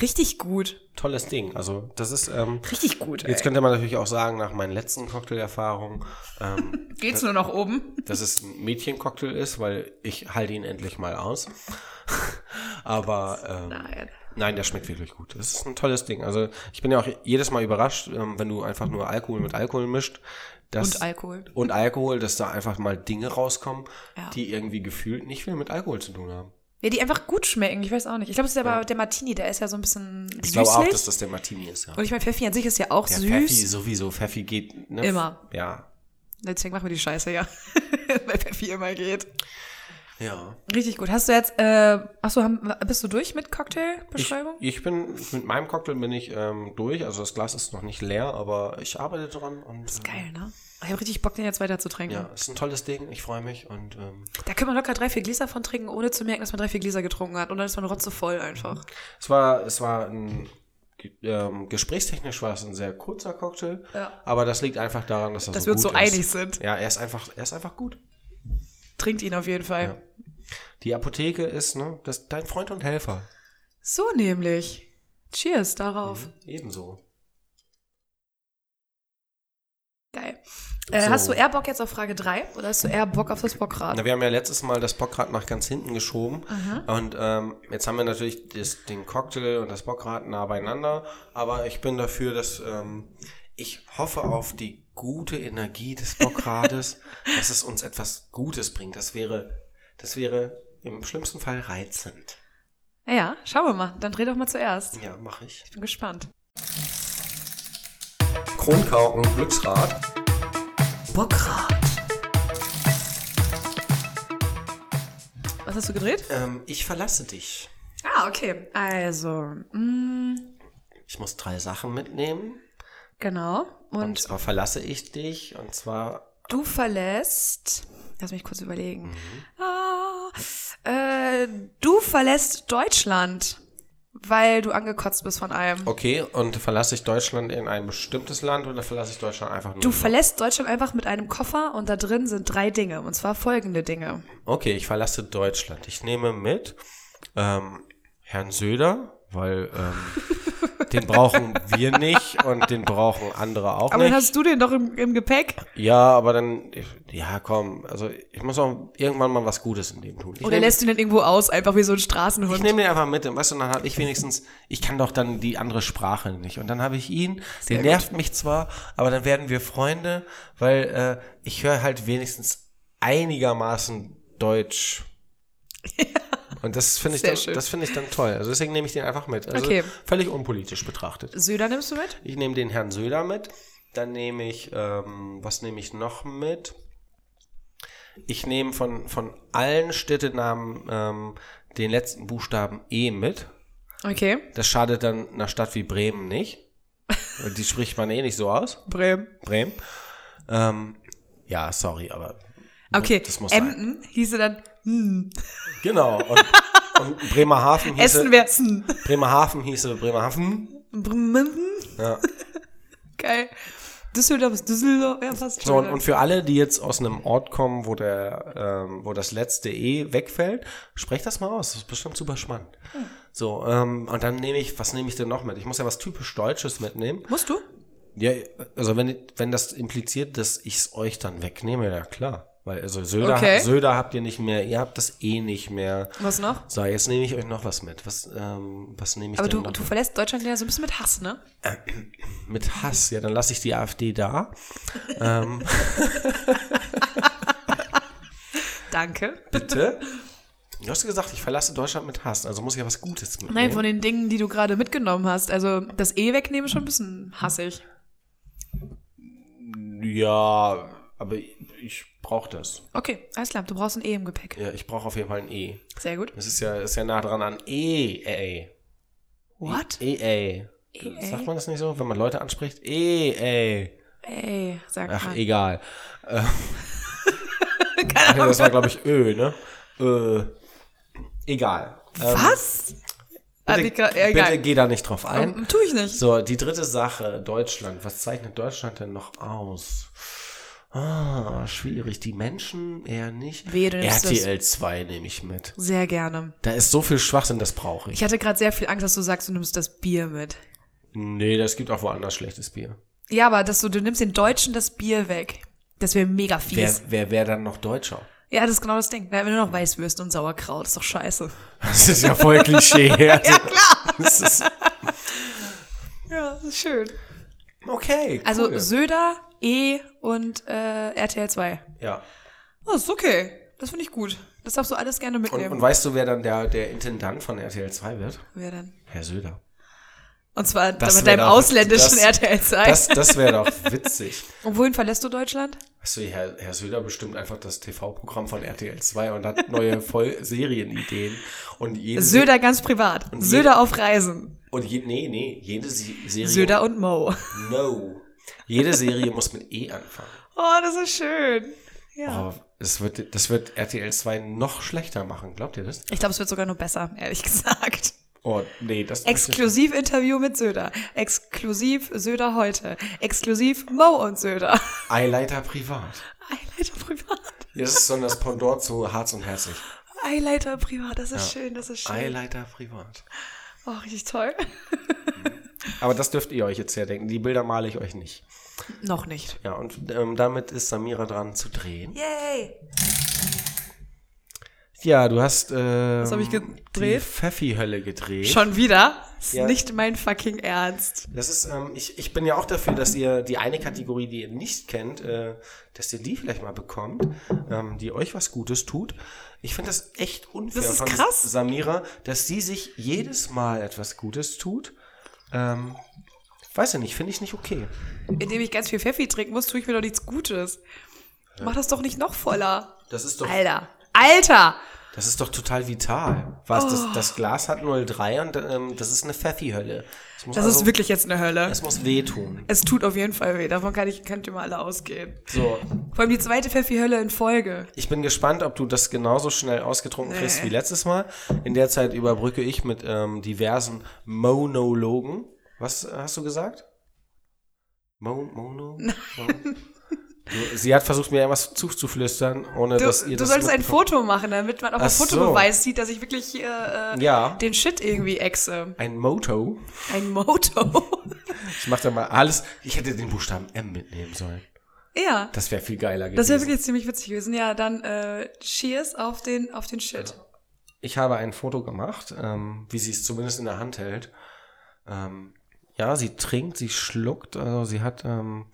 Speaker 3: Richtig gut.
Speaker 4: Tolles Ding. Also das ist, ähm,
Speaker 3: Richtig gut.
Speaker 4: jetzt könnte man natürlich auch sagen, nach meinen letzten Cocktail-Erfahrungen, ähm,
Speaker 3: Geht's nur noch oben?
Speaker 4: dass es ein Mädchencocktail ist, weil ich halte ihn endlich mal aus. Aber ähm,
Speaker 3: Nein.
Speaker 4: nein, der schmeckt wirklich gut. Das ist ein tolles Ding. Also ich bin ja auch jedes Mal überrascht, ähm, wenn du einfach nur Alkohol mit Alkohol mischt. Dass,
Speaker 3: Und Alkohol.
Speaker 4: Und Alkohol, dass da einfach mal Dinge rauskommen,
Speaker 3: Ja.
Speaker 4: die irgendwie gefühlt nicht viel mit Alkohol zu tun haben.
Speaker 3: Ja, die einfach gut schmecken. Ich weiß auch nicht. Ich glaube, es ist aber der Martini, der ist ja so ein bisschen süßlich.
Speaker 4: Ich glaube auch, dass das der Martini ist. Ja.
Speaker 3: Und ich meine, Pfeffi an sich ist ja auch
Speaker 4: Der
Speaker 3: süß.
Speaker 4: Pfeffi sowieso. Pfeffi geht ne?
Speaker 3: Immer.
Speaker 4: Ja.
Speaker 3: Deswegen machen wir die Scheiße, ja. Weil Pfeffi immer geht.
Speaker 4: Ja.
Speaker 3: Richtig gut. Hast du jetzt, äh, achso, haben, bist du durch mit
Speaker 4: Ich,
Speaker 3: Cocktailbeschreibung?
Speaker 4: ich bin mit meinem Cocktail bin ich ähm, durch. Also das Glas ist noch nicht leer, aber ich arbeite dran und ist
Speaker 3: Geil, ne? Ich habe richtig Bock, den jetzt weiter zu trinken.
Speaker 4: Ja, ist ein tolles Ding. Ich freue mich und ähm,
Speaker 3: Da kann man locker drei, vier Gläser von trinken, ohne zu merken, dass man drei, vier Gläser getrunken hat. Und dann ist man rotzevoll einfach.
Speaker 4: es war es war ein ge- ähm, gesprächstechnisch war es ein sehr kurzer Cocktail,
Speaker 3: Ja.
Speaker 4: aber das liegt einfach daran, dass er
Speaker 3: Dass
Speaker 4: so
Speaker 3: wir
Speaker 4: Also gut
Speaker 3: uns so
Speaker 4: ist.
Speaker 3: einig sind.
Speaker 4: Ja, er ist einfach er ist einfach gut.
Speaker 3: Trinkt ihn auf jeden Fall.
Speaker 4: Ja. Die Apotheke ist ne, das dein Freund und Helfer.
Speaker 3: So nämlich. Cheers darauf.
Speaker 4: Mhm. Ebenso.
Speaker 3: Geil. Äh,
Speaker 4: Mhm. So.
Speaker 3: Hast du eher Bock jetzt auf Frage 3 oder hast du eher Bock auf das Bockrad?
Speaker 4: Na, wir haben ja letztes Mal das Bockrad nach ganz hinten geschoben.
Speaker 3: Mhm.
Speaker 4: Und ähm, jetzt haben wir natürlich das, den Cocktail und das Bockrad nah beieinander. Aber ich bin dafür, dass ähm, ich hoffe auf die gute Energie des Bockrades, dass es uns etwas Gutes bringt. Das wäre, das wäre im schlimmsten Fall reizend.
Speaker 3: Ja, schauen wir mal. Dann dreh doch mal zuerst.
Speaker 4: Ja, mache ich.
Speaker 3: Ich bin gespannt.
Speaker 4: Kronkauken, Glücksrad.
Speaker 3: Bockrad. Was hast du gedreht?
Speaker 4: Ähm, ich verlasse dich.
Speaker 3: Ah, okay. Also, mm,
Speaker 4: Ich muss drei Sachen mitnehmen.
Speaker 3: genau.
Speaker 4: Und,
Speaker 3: Und
Speaker 4: zwar verlasse ich dich. Und zwar
Speaker 3: du verlässt. Lass mich kurz überlegen.
Speaker 4: Mhm.
Speaker 3: Ah, äh, du verlässt Deutschland, weil du angekotzt bist von allem.
Speaker 4: Okay, und verlasse ich Deutschland in ein bestimmtes Land oder verlasse ich Deutschland einfach nur?
Speaker 3: Du
Speaker 4: so?
Speaker 3: verlässt Deutschland einfach mit einem Koffer und da drin sind drei Dinge. Und zwar folgende Dinge.
Speaker 4: okay, ich verlasse Deutschland. Ich nehme mit ähm, Herrn Söder, weil ähm, den brauchen wir nicht und den brauchen andere auch
Speaker 3: Aber
Speaker 4: nicht.
Speaker 3: dann hast du den doch im, im Gepäck.
Speaker 4: ja, aber dann, ja, komm, also ich muss auch irgendwann mal was Gutes in dem tun. Ich
Speaker 3: Oder
Speaker 4: nehme-
Speaker 3: lässt du ihn dann irgendwo aus, einfach wie so ein
Speaker 4: ich
Speaker 3: Straßenhund.
Speaker 4: nehme den einfach mit, weißt du, und dann habe ich wenigstens, ich kann doch dann die andere Sprache nicht. Und dann habe ich ihn, der
Speaker 3: Sehr gut.
Speaker 4: nervt mich zwar, aber dann werden wir Freunde, weil äh, ich höre halt wenigstens einigermaßen Deutsch. Und das finde ich,
Speaker 3: Sehr
Speaker 4: dann-
Speaker 3: schön.
Speaker 4: das finde ich dann toll. Also deswegen nehme ich den einfach mit. Also
Speaker 3: Okay.
Speaker 4: völlig unpolitisch betrachtet.
Speaker 3: Söder nimmst du mit?
Speaker 4: Ich nehme den Herrn Söder mit. Dann nehme ich, ähm, was nehme ich noch mit? Ich nehme von, von allen Städtenamen ähm, den letzten Buchstaben E mit.
Speaker 3: Okay.
Speaker 4: Das schadet dann einer Stadt wie Bremen nicht. Weil Die spricht man eh nicht so aus.
Speaker 3: Bremen.
Speaker 4: Bremen. Ähm, ja, sorry, aber.
Speaker 3: Okay.
Speaker 4: Das muss sein.
Speaker 3: Emden hieße dann hm.
Speaker 4: Genau. Und, und Bremerhaven hieße.
Speaker 3: Essen wär's hm.
Speaker 4: Bremerhaven hieße Bremerhaven.
Speaker 3: Bremen.
Speaker 4: Ja.
Speaker 3: Geil. Düsseldorf ist Düsseldorf. Ja, fast
Speaker 4: So,
Speaker 3: schon.
Speaker 4: und, und für alle, die jetzt aus einem Ort kommen, wo, der, ähm, wo das letzte E wegfällt, sprecht das mal aus. Das ist bestimmt super spannend. So, ähm, und dann nehme ich, was nehme ich denn noch mit? Ich muss ja was typisch Deutsches mitnehmen.
Speaker 3: Musst du?
Speaker 4: Ja, also wenn, wenn das impliziert, dass ich es euch dann wegnehme, ja klar. Weil also Söder,
Speaker 3: Okay.
Speaker 4: Söder habt ihr nicht mehr, ihr habt das eh nicht mehr.
Speaker 3: Was noch?
Speaker 4: So, jetzt nehme ich euch noch was mit. Was, ähm, was nehme ich
Speaker 3: Aber
Speaker 4: denn
Speaker 3: du,
Speaker 4: noch
Speaker 3: du verlässt Deutschland ja so ein bisschen mit Hass, ne?
Speaker 4: mit Hass? Ja, dann lasse ich die AfD da. ähm,
Speaker 3: Danke.
Speaker 4: bitte. Du hast gesagt, ich verlasse Deutschland mit Hass, also muss ich ja was Gutes mitnehmen.
Speaker 3: Nein, von den Dingen, die du gerade mitgenommen hast. Also das E wegnehmen ist schon ein bisschen hassig.
Speaker 4: ja, aber ich brauche das.
Speaker 3: Okay, alles klar. Du brauchst ein E im Gepäck.
Speaker 4: Ja, ich brauche auf jeden Fall ein E.
Speaker 3: Sehr gut.
Speaker 4: Das ist ja, ist ja nah dran an E, ey.
Speaker 3: What? E
Speaker 4: EA.
Speaker 3: EA?
Speaker 4: Sagt man das nicht so, wenn man Leute anspricht? EA.
Speaker 3: Ey, sag
Speaker 4: Ach,
Speaker 3: mal.
Speaker 4: egal. Ähm, ja, das war, glaube ich, Ö, ne? Ö. Egal. Ähm,
Speaker 3: Was?
Speaker 4: Bitte,
Speaker 3: Annika, egal.
Speaker 4: bitte geh da nicht drauf ein.
Speaker 3: Ähm, tu ich nicht.
Speaker 4: So, die dritte Sache, Deutschland. Was zeichnet Deutschland denn noch aus? ah, schwierig. Die Menschen eher nicht.
Speaker 3: Wehe, du nimmst das.
Speaker 4: RTL 2 nehme ich mit.
Speaker 3: Sehr gerne.
Speaker 4: Da ist so viel Schwachsinn, das brauche ich.
Speaker 3: Ich hatte gerade sehr viel Angst, dass du sagst, du nimmst das Bier mit.
Speaker 4: Nee, das gibt auch woanders schlechtes Bier.
Speaker 3: Ja, aber dass du, du nimmst den Deutschen das Bier weg. Das wäre mega
Speaker 4: Wer
Speaker 3: fies.
Speaker 4: wäre wer, wär dann noch Deutscher?
Speaker 3: Ja, das ist genau das Ding. Na, Wenn du noch Weißwürste und Sauerkraut, ist doch scheiße.
Speaker 4: Das ist ja voll Klischee. ja, klar.
Speaker 3: Ja, schön.
Speaker 4: okay.
Speaker 3: Also
Speaker 4: cool.
Speaker 3: Söder, E und äh, RTL 2.
Speaker 4: ja.
Speaker 3: Oh, ist okay. Das finde ich gut. Das darfst du alles gerne
Speaker 4: Und,
Speaker 3: mitnehmen.
Speaker 4: und weißt du, wer dann der, der Intendant von RTL 2 wird?
Speaker 3: Wer denn?
Speaker 4: Herr Söder.
Speaker 3: Und zwar
Speaker 4: Das
Speaker 3: mit
Speaker 4: wär
Speaker 3: deinem
Speaker 4: doch-
Speaker 3: ausländischen
Speaker 4: das-
Speaker 3: RTL 2.
Speaker 4: Das, das wäre doch witzig.
Speaker 3: und wohin verlässt du Deutschland?
Speaker 4: Achso, Herr, Herr Söder bestimmt einfach das TV-Programm von RTL 2 und hat neue Voll Serienideen. Und jede
Speaker 3: Söder ganz privat.
Speaker 4: Und
Speaker 3: Söder auf Reisen.
Speaker 4: Und je, nee, nee, jede Se- Serie.
Speaker 3: Söder und Mo.
Speaker 4: No. Jede Serie muss mit E anfangen.
Speaker 3: Oh, das ist schön. Ja.
Speaker 4: Aber das wird, das wird RTL 2 noch schlechter machen. Glaubt ihr das?
Speaker 3: Ich glaube, es wird sogar noch besser, ehrlich gesagt.
Speaker 4: Oh, nee, das
Speaker 3: Exklusiv Interview mit Söder. Exklusiv Söder heute. Exklusiv Mo und Söder.
Speaker 4: Eyelighter privat.
Speaker 3: Eileiter privat.
Speaker 4: Ja, Das ist so das Pendant zu Harz und Herzig.
Speaker 3: Eileiter privat, das ist schön, das ist schön.
Speaker 4: Eyelighter privat.
Speaker 3: Oh, richtig toll.
Speaker 4: Aber das dürft ihr euch jetzt ja denken. Die Bilder male ich euch nicht.
Speaker 3: Noch nicht.
Speaker 4: Ja, und ähm, damit ist Samira dran zu drehen.
Speaker 3: Yay!
Speaker 4: Ja, du hast ähm,
Speaker 3: hab ich
Speaker 4: die
Speaker 3: gedreht?
Speaker 4: Pfeffi-Hölle gedreht.
Speaker 3: Schon wieder? Ist
Speaker 4: Ja.
Speaker 3: nicht mein fucking Ernst.
Speaker 4: Das ist, ähm, ich, ich bin ja auch dafür, dass ihr die eine Kategorie, die ihr nicht kennt, äh, dass ihr die vielleicht mal bekommt, ähm, die euch was Gutes tut. Ich finde das echt unfair
Speaker 3: Das ist
Speaker 4: von
Speaker 3: krass.
Speaker 4: Samira, dass sie sich jedes Mal etwas Gutes tut. Ähm, weiß ich nicht, finde ich nicht okay.
Speaker 3: Indem ich ganz viel Pfeffi trinken muss, tue ich mir doch nichts Gutes. Mach das doch nicht noch voller.
Speaker 4: Das ist doch,
Speaker 3: Alter. Alter!
Speaker 4: das ist doch total vital. Was,
Speaker 3: Oh.
Speaker 4: das, das Glas hat 0,3 und ähm, das ist eine Pfeffi-Hölle. muss
Speaker 3: Das
Speaker 4: also-
Speaker 3: ist wirklich jetzt eine Hölle.
Speaker 4: Es muss wehtun.
Speaker 3: Es tut auf jeden Fall weh. Davon kann ich, könnt ihr mal alle ausgehen.
Speaker 4: So,
Speaker 3: Vor allem die zweite Pfeffi-Hölle in Folge.
Speaker 4: Ich bin gespannt, ob du das genauso schnell ausgetrunken kriegst
Speaker 3: Nee.
Speaker 4: wie letztes Mal. In der Zeit überbrücke ich mit ähm, diversen Monologen. Was äh, hast du gesagt? Mo Mono? Mo- Du, Sie hat versucht, mir irgendwas zuzuflüstern, ohne
Speaker 3: Du,
Speaker 4: dass ihr
Speaker 3: du
Speaker 4: das.
Speaker 3: solltest ein
Speaker 4: mitbekommt.
Speaker 3: Foto machen, damit man auch
Speaker 4: Ach
Speaker 3: ein
Speaker 4: so.
Speaker 3: Fotobeweis sieht, dass ich wirklich hier, äh,
Speaker 4: Ja.
Speaker 3: den Shit irgendwie exe.
Speaker 4: Ein Moto.
Speaker 3: Ein Moto.
Speaker 4: Ich mach da mal alles. Ich hätte den Buchstaben M mitnehmen sollen.
Speaker 3: ja.
Speaker 4: Das wäre viel geiler gewesen.
Speaker 3: Das wäre wirklich ziemlich witzig gewesen. Ja, dann äh, Cheers auf den, auf den Shit.
Speaker 4: ich habe ein Foto gemacht, ähm, wie sie es zumindest in der Hand hält. Ähm, ja, sie trinkt, sie schluckt, also sie hat, ähm,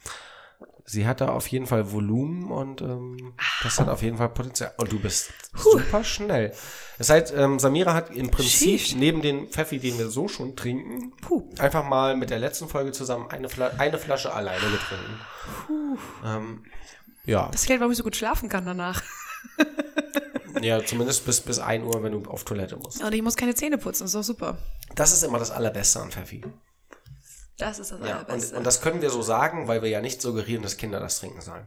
Speaker 4: sie hat da auf jeden Fall Volumen und ähm, das hat auf jeden Fall Potenzial. Und du bist super schnell. Das heißt, ähm, Samira hat im Prinzip
Speaker 3: Sheesh.
Speaker 4: neben dem Pfeffi, den wir so schon trinken,
Speaker 3: Puh.
Speaker 4: einfach mal mit der letzten Folge zusammen eine, Fla eine Flasche alleine getrunken. Ähm, ja,
Speaker 3: Das erklärt, warum ich so gut schlafen kann danach.
Speaker 4: ja, zumindest bis, bis 1 Uhr, wenn du auf Toilette musst.
Speaker 3: Und ich muss keine Zähne putzen, ist doch super.
Speaker 4: Das ist immer das Allerbeste an Pfeffi.
Speaker 3: Das ist das
Speaker 4: Ja, und,
Speaker 3: Allerbeste.
Speaker 4: und das können wir so sagen, weil wir ja nicht suggerieren, dass Kinder das trinken sollen.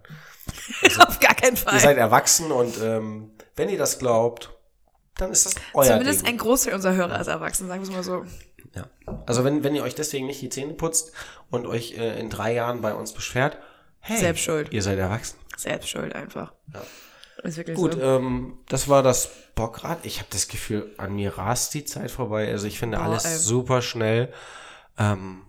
Speaker 3: auf gar keinen
Speaker 4: Ihr
Speaker 3: Fall.
Speaker 4: seid erwachsen und ähm, wenn ihr das glaubt, dann ist das euer
Speaker 3: Zumindest ein
Speaker 4: Ding.
Speaker 3: Großteil unserer Hörer ist erwachsen, sagen wir es mal so.
Speaker 4: Ja. Also wenn, wenn ihr euch deswegen nicht die Zähne putzt und euch äh, in drei Jahren bei uns beschwert, hey,
Speaker 3: Selbst schuld.
Speaker 4: ihr seid erwachsen.
Speaker 3: Selbst schuld einfach.
Speaker 4: Ja.
Speaker 3: Ist wirklich
Speaker 4: Gut,
Speaker 3: so.
Speaker 4: ähm, das war das Bockrad. Ich habe das Gefühl, an mir rast die Zeit vorbei. Also ich finde
Speaker 3: Boah,
Speaker 4: alles
Speaker 3: ey.
Speaker 4: super schnell. Ähm,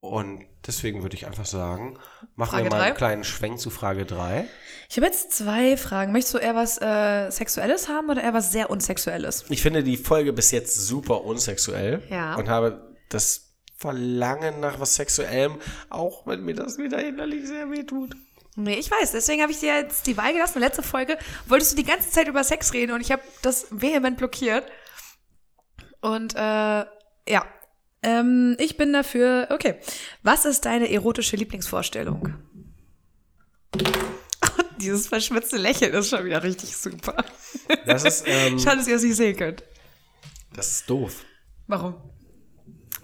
Speaker 4: und deswegen würde ich einfach sagen, machen
Speaker 3: Frage
Speaker 4: wir mal
Speaker 3: drei?
Speaker 4: einen kleinen Schwenk zu Frage 3.
Speaker 3: Ich habe jetzt zwei Fragen. Möchtest du eher was äh, Sexuelles haben oder eher was sehr Unsexuelles?
Speaker 4: Ich finde die Folge bis jetzt super unsexuell
Speaker 3: Ja.
Speaker 4: und habe das Verlangen nach was Sexuellem, auch wenn mir das wieder innerlich sehr weh tut.
Speaker 3: Nee, ich weiß. Deswegen habe ich dir jetzt die Wahl gelassen. Letzte Folge wolltest du die ganze Zeit über Sex reden und ich habe das vehement blockiert. Und äh, ja, ähm, ich bin dafür. Okay, was ist deine erotische Lieblingsvorstellung? Dieses verschmitzte Lächeln ist schon wieder richtig super.
Speaker 4: Das ist, ähm,
Speaker 3: Schade, dass ihr es nicht sehen könnt.
Speaker 4: das ist doof.
Speaker 3: Warum?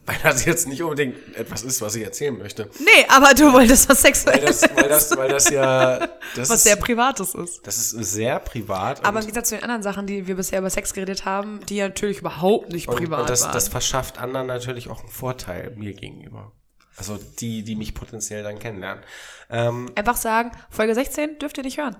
Speaker 4: Weil das jetzt nicht unbedingt etwas ist, was ich erzählen möchte.
Speaker 3: Nee, aber du wolltest was
Speaker 4: Weil
Speaker 3: Sexuelles,
Speaker 4: das, weil das, weil das ja. Das
Speaker 3: was
Speaker 4: ist,
Speaker 3: sehr Privates ist.
Speaker 4: das ist sehr privat.
Speaker 3: Aber im
Speaker 4: und,
Speaker 3: Gegensatz zu den anderen Sachen, die wir bisher über Sex geredet haben, die ja natürlich überhaupt nicht
Speaker 4: und,
Speaker 3: privat
Speaker 4: und das,
Speaker 3: waren.
Speaker 4: das verschafft anderen natürlich auch einen Vorteil mir gegenüber. Also die, die mich potenziell dann kennenlernen. Ähm,
Speaker 3: Einfach sagen, Folge 16 dürft ihr nicht hören.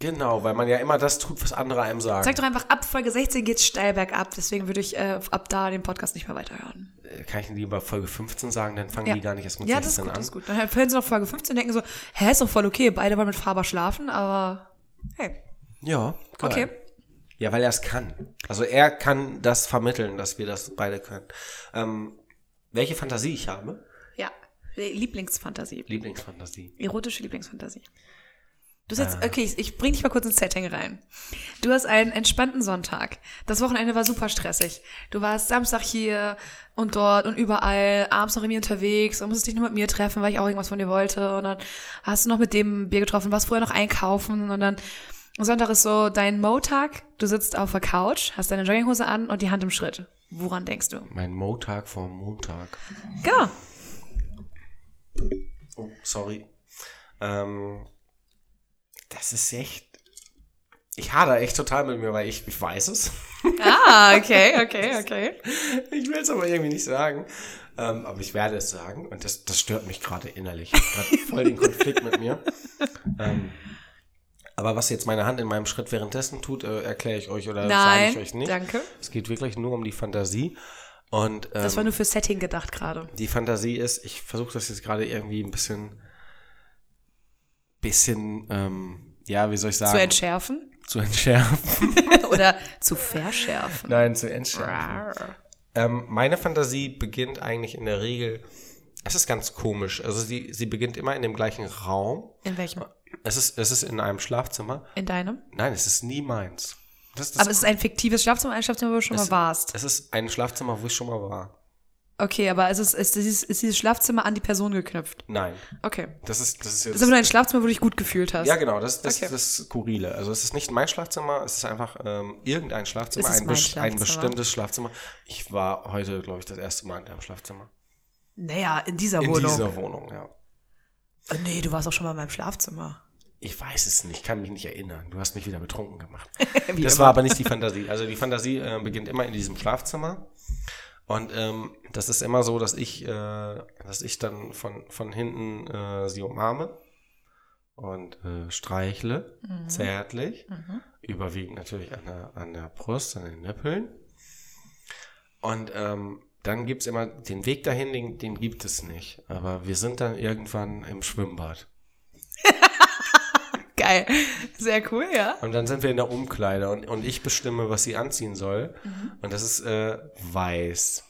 Speaker 4: genau, weil man ja immer das tut, was andere einem sagen.
Speaker 3: Sag doch einfach, ab Folge 16 geht's steil bergab, deswegen würde ich äh, ab da den Podcast nicht mehr weiterhören.
Speaker 4: Äh, Kann ich lieber Folge 15 sagen, dann fangen die gar nicht erst mit
Speaker 3: ja, das ist
Speaker 4: 16
Speaker 3: gut,
Speaker 4: an.
Speaker 3: das ist gut. Dann hören sie noch Folge 15 und denken so, hä, ist doch voll okay, beide wollen mit Faber schlafen, aber hey.
Speaker 4: Ja, geil.
Speaker 3: Okay.
Speaker 4: Ja, weil er es kann. Also er kann das vermitteln, dass wir das beide können. Ähm, welche Fantasie ich habe?
Speaker 3: Ja, Lieblingsfantasie.
Speaker 4: Lieblingsfantasie.
Speaker 3: Erotische Lieblingsfantasie. Du hast
Speaker 4: Ah.
Speaker 3: jetzt, okay, ich, ich bring dich mal kurz ins Setting rein. Du hast einen entspannten Sonntag. Das Wochenende war super stressig. Du warst Samstag hier und dort und überall, abends noch irgendwie unterwegs und musstest dich nur mit mir treffen, weil ich auch irgendwas von dir wollte. Und dann hast du noch mit dem ein Bier getroffen, warst vorher noch einkaufen und dann Sonntag ist so dein Mo-Tag. Du sitzt auf der Couch, hast deine Jogginghose an und die Hand im Schritt. Woran denkst du?
Speaker 4: Mein Montag vor Montag.
Speaker 3: Genau.
Speaker 4: Oh, sorry. Ähm, das ist echt. Ich hader echt total mit mir, weil ich, ich weiß es.
Speaker 3: Ah, okay, okay, okay.
Speaker 4: Ich will es aber irgendwie nicht sagen. Ähm, aber ich werde es sagen. Und das, das stört mich gerade innerlich. Ich hab grad voll den Konflikt mit mir. Ähm, aber was jetzt meine Hand in meinem Schritt währenddessen tut, äh, erkläre ich euch oder sage ich
Speaker 3: Nein,
Speaker 4: euch nicht.
Speaker 3: danke.
Speaker 4: Es geht wirklich nur um die Fantasie. Und ähm,
Speaker 3: Das war nur für Setting gedacht gerade.
Speaker 4: die Fantasie ist, ich versuche das jetzt gerade irgendwie ein bisschen, bisschen, ähm, ja, wie soll ich sagen,
Speaker 3: Zu entschärfen
Speaker 4: zu entschärfen.
Speaker 3: oder zu verschärfen.
Speaker 4: Nein, zu entschärfen.
Speaker 3: Rar.
Speaker 4: Ähm, meine Fantasie beginnt eigentlich in der Regel, es ist ganz komisch. Also sie, sie beginnt immer in dem gleichen Raum.
Speaker 3: In welchem?
Speaker 4: Es ist, es ist in einem Schlafzimmer.
Speaker 3: In deinem?
Speaker 4: Nein, es ist nie meins. Das, das,
Speaker 3: Aber es ist ein fiktives Schlafzimmer, ein Schlafzimmer, wo du schon mal warst.
Speaker 4: es ist ein Schlafzimmer, wo ich schon mal war.
Speaker 3: Okay, aber es ist, ist, dieses, ist dieses Schlafzimmer an die Person geknüpft.
Speaker 4: Nein.
Speaker 3: Okay.
Speaker 4: Das ist, das ist
Speaker 3: Das
Speaker 4: jetzt.
Speaker 3: ist aber nur ein Schlafzimmer, wo du dich gut gefühlt hast.
Speaker 4: ja, genau, das ist das,
Speaker 3: Okay.
Speaker 4: das Skurrile. Also es ist nicht mein Schlafzimmer, es ist einfach ähm, irgendein Schlafzimmer,
Speaker 3: Es ist
Speaker 4: ein,
Speaker 3: mein
Speaker 4: best- ein
Speaker 3: Schlafzimmer.
Speaker 4: bestimmtes Schlafzimmer. Ich war heute, glaube ich, das erste Mal in deinem Schlafzimmer.
Speaker 3: Naja, in dieser
Speaker 4: In
Speaker 3: Wohnung.
Speaker 4: dieser Wohnung, ja.
Speaker 3: Äh, Nee, du warst auch schon mal in meinem Schlafzimmer.
Speaker 4: Ich weiß es nicht, kann mich nicht erinnern. Du hast mich wieder betrunken gemacht.
Speaker 3: Wie
Speaker 4: das
Speaker 3: immer.
Speaker 4: war aber nicht die Fantasie. Also die Fantasie äh, beginnt immer in diesem Schlafzimmer. Und ähm, das ist immer so, dass ich, äh, dass ich dann von, von hinten äh, sie umarme und äh, streichle,
Speaker 3: Mhm.
Speaker 4: zärtlich, überwiegend natürlich an der, an der Brust, an den Nippeln. Und ähm, dann gibt es immer den Weg dahin, den, den gibt es nicht. Aber wir sind dann irgendwann im Schwimmbad.
Speaker 3: Geil. Sehr cool, ja.
Speaker 4: Und dann sind wir in der Umkleide und, und ich bestimme, was sie anziehen soll.
Speaker 3: Mhm.
Speaker 4: Und das ist äh, weiß.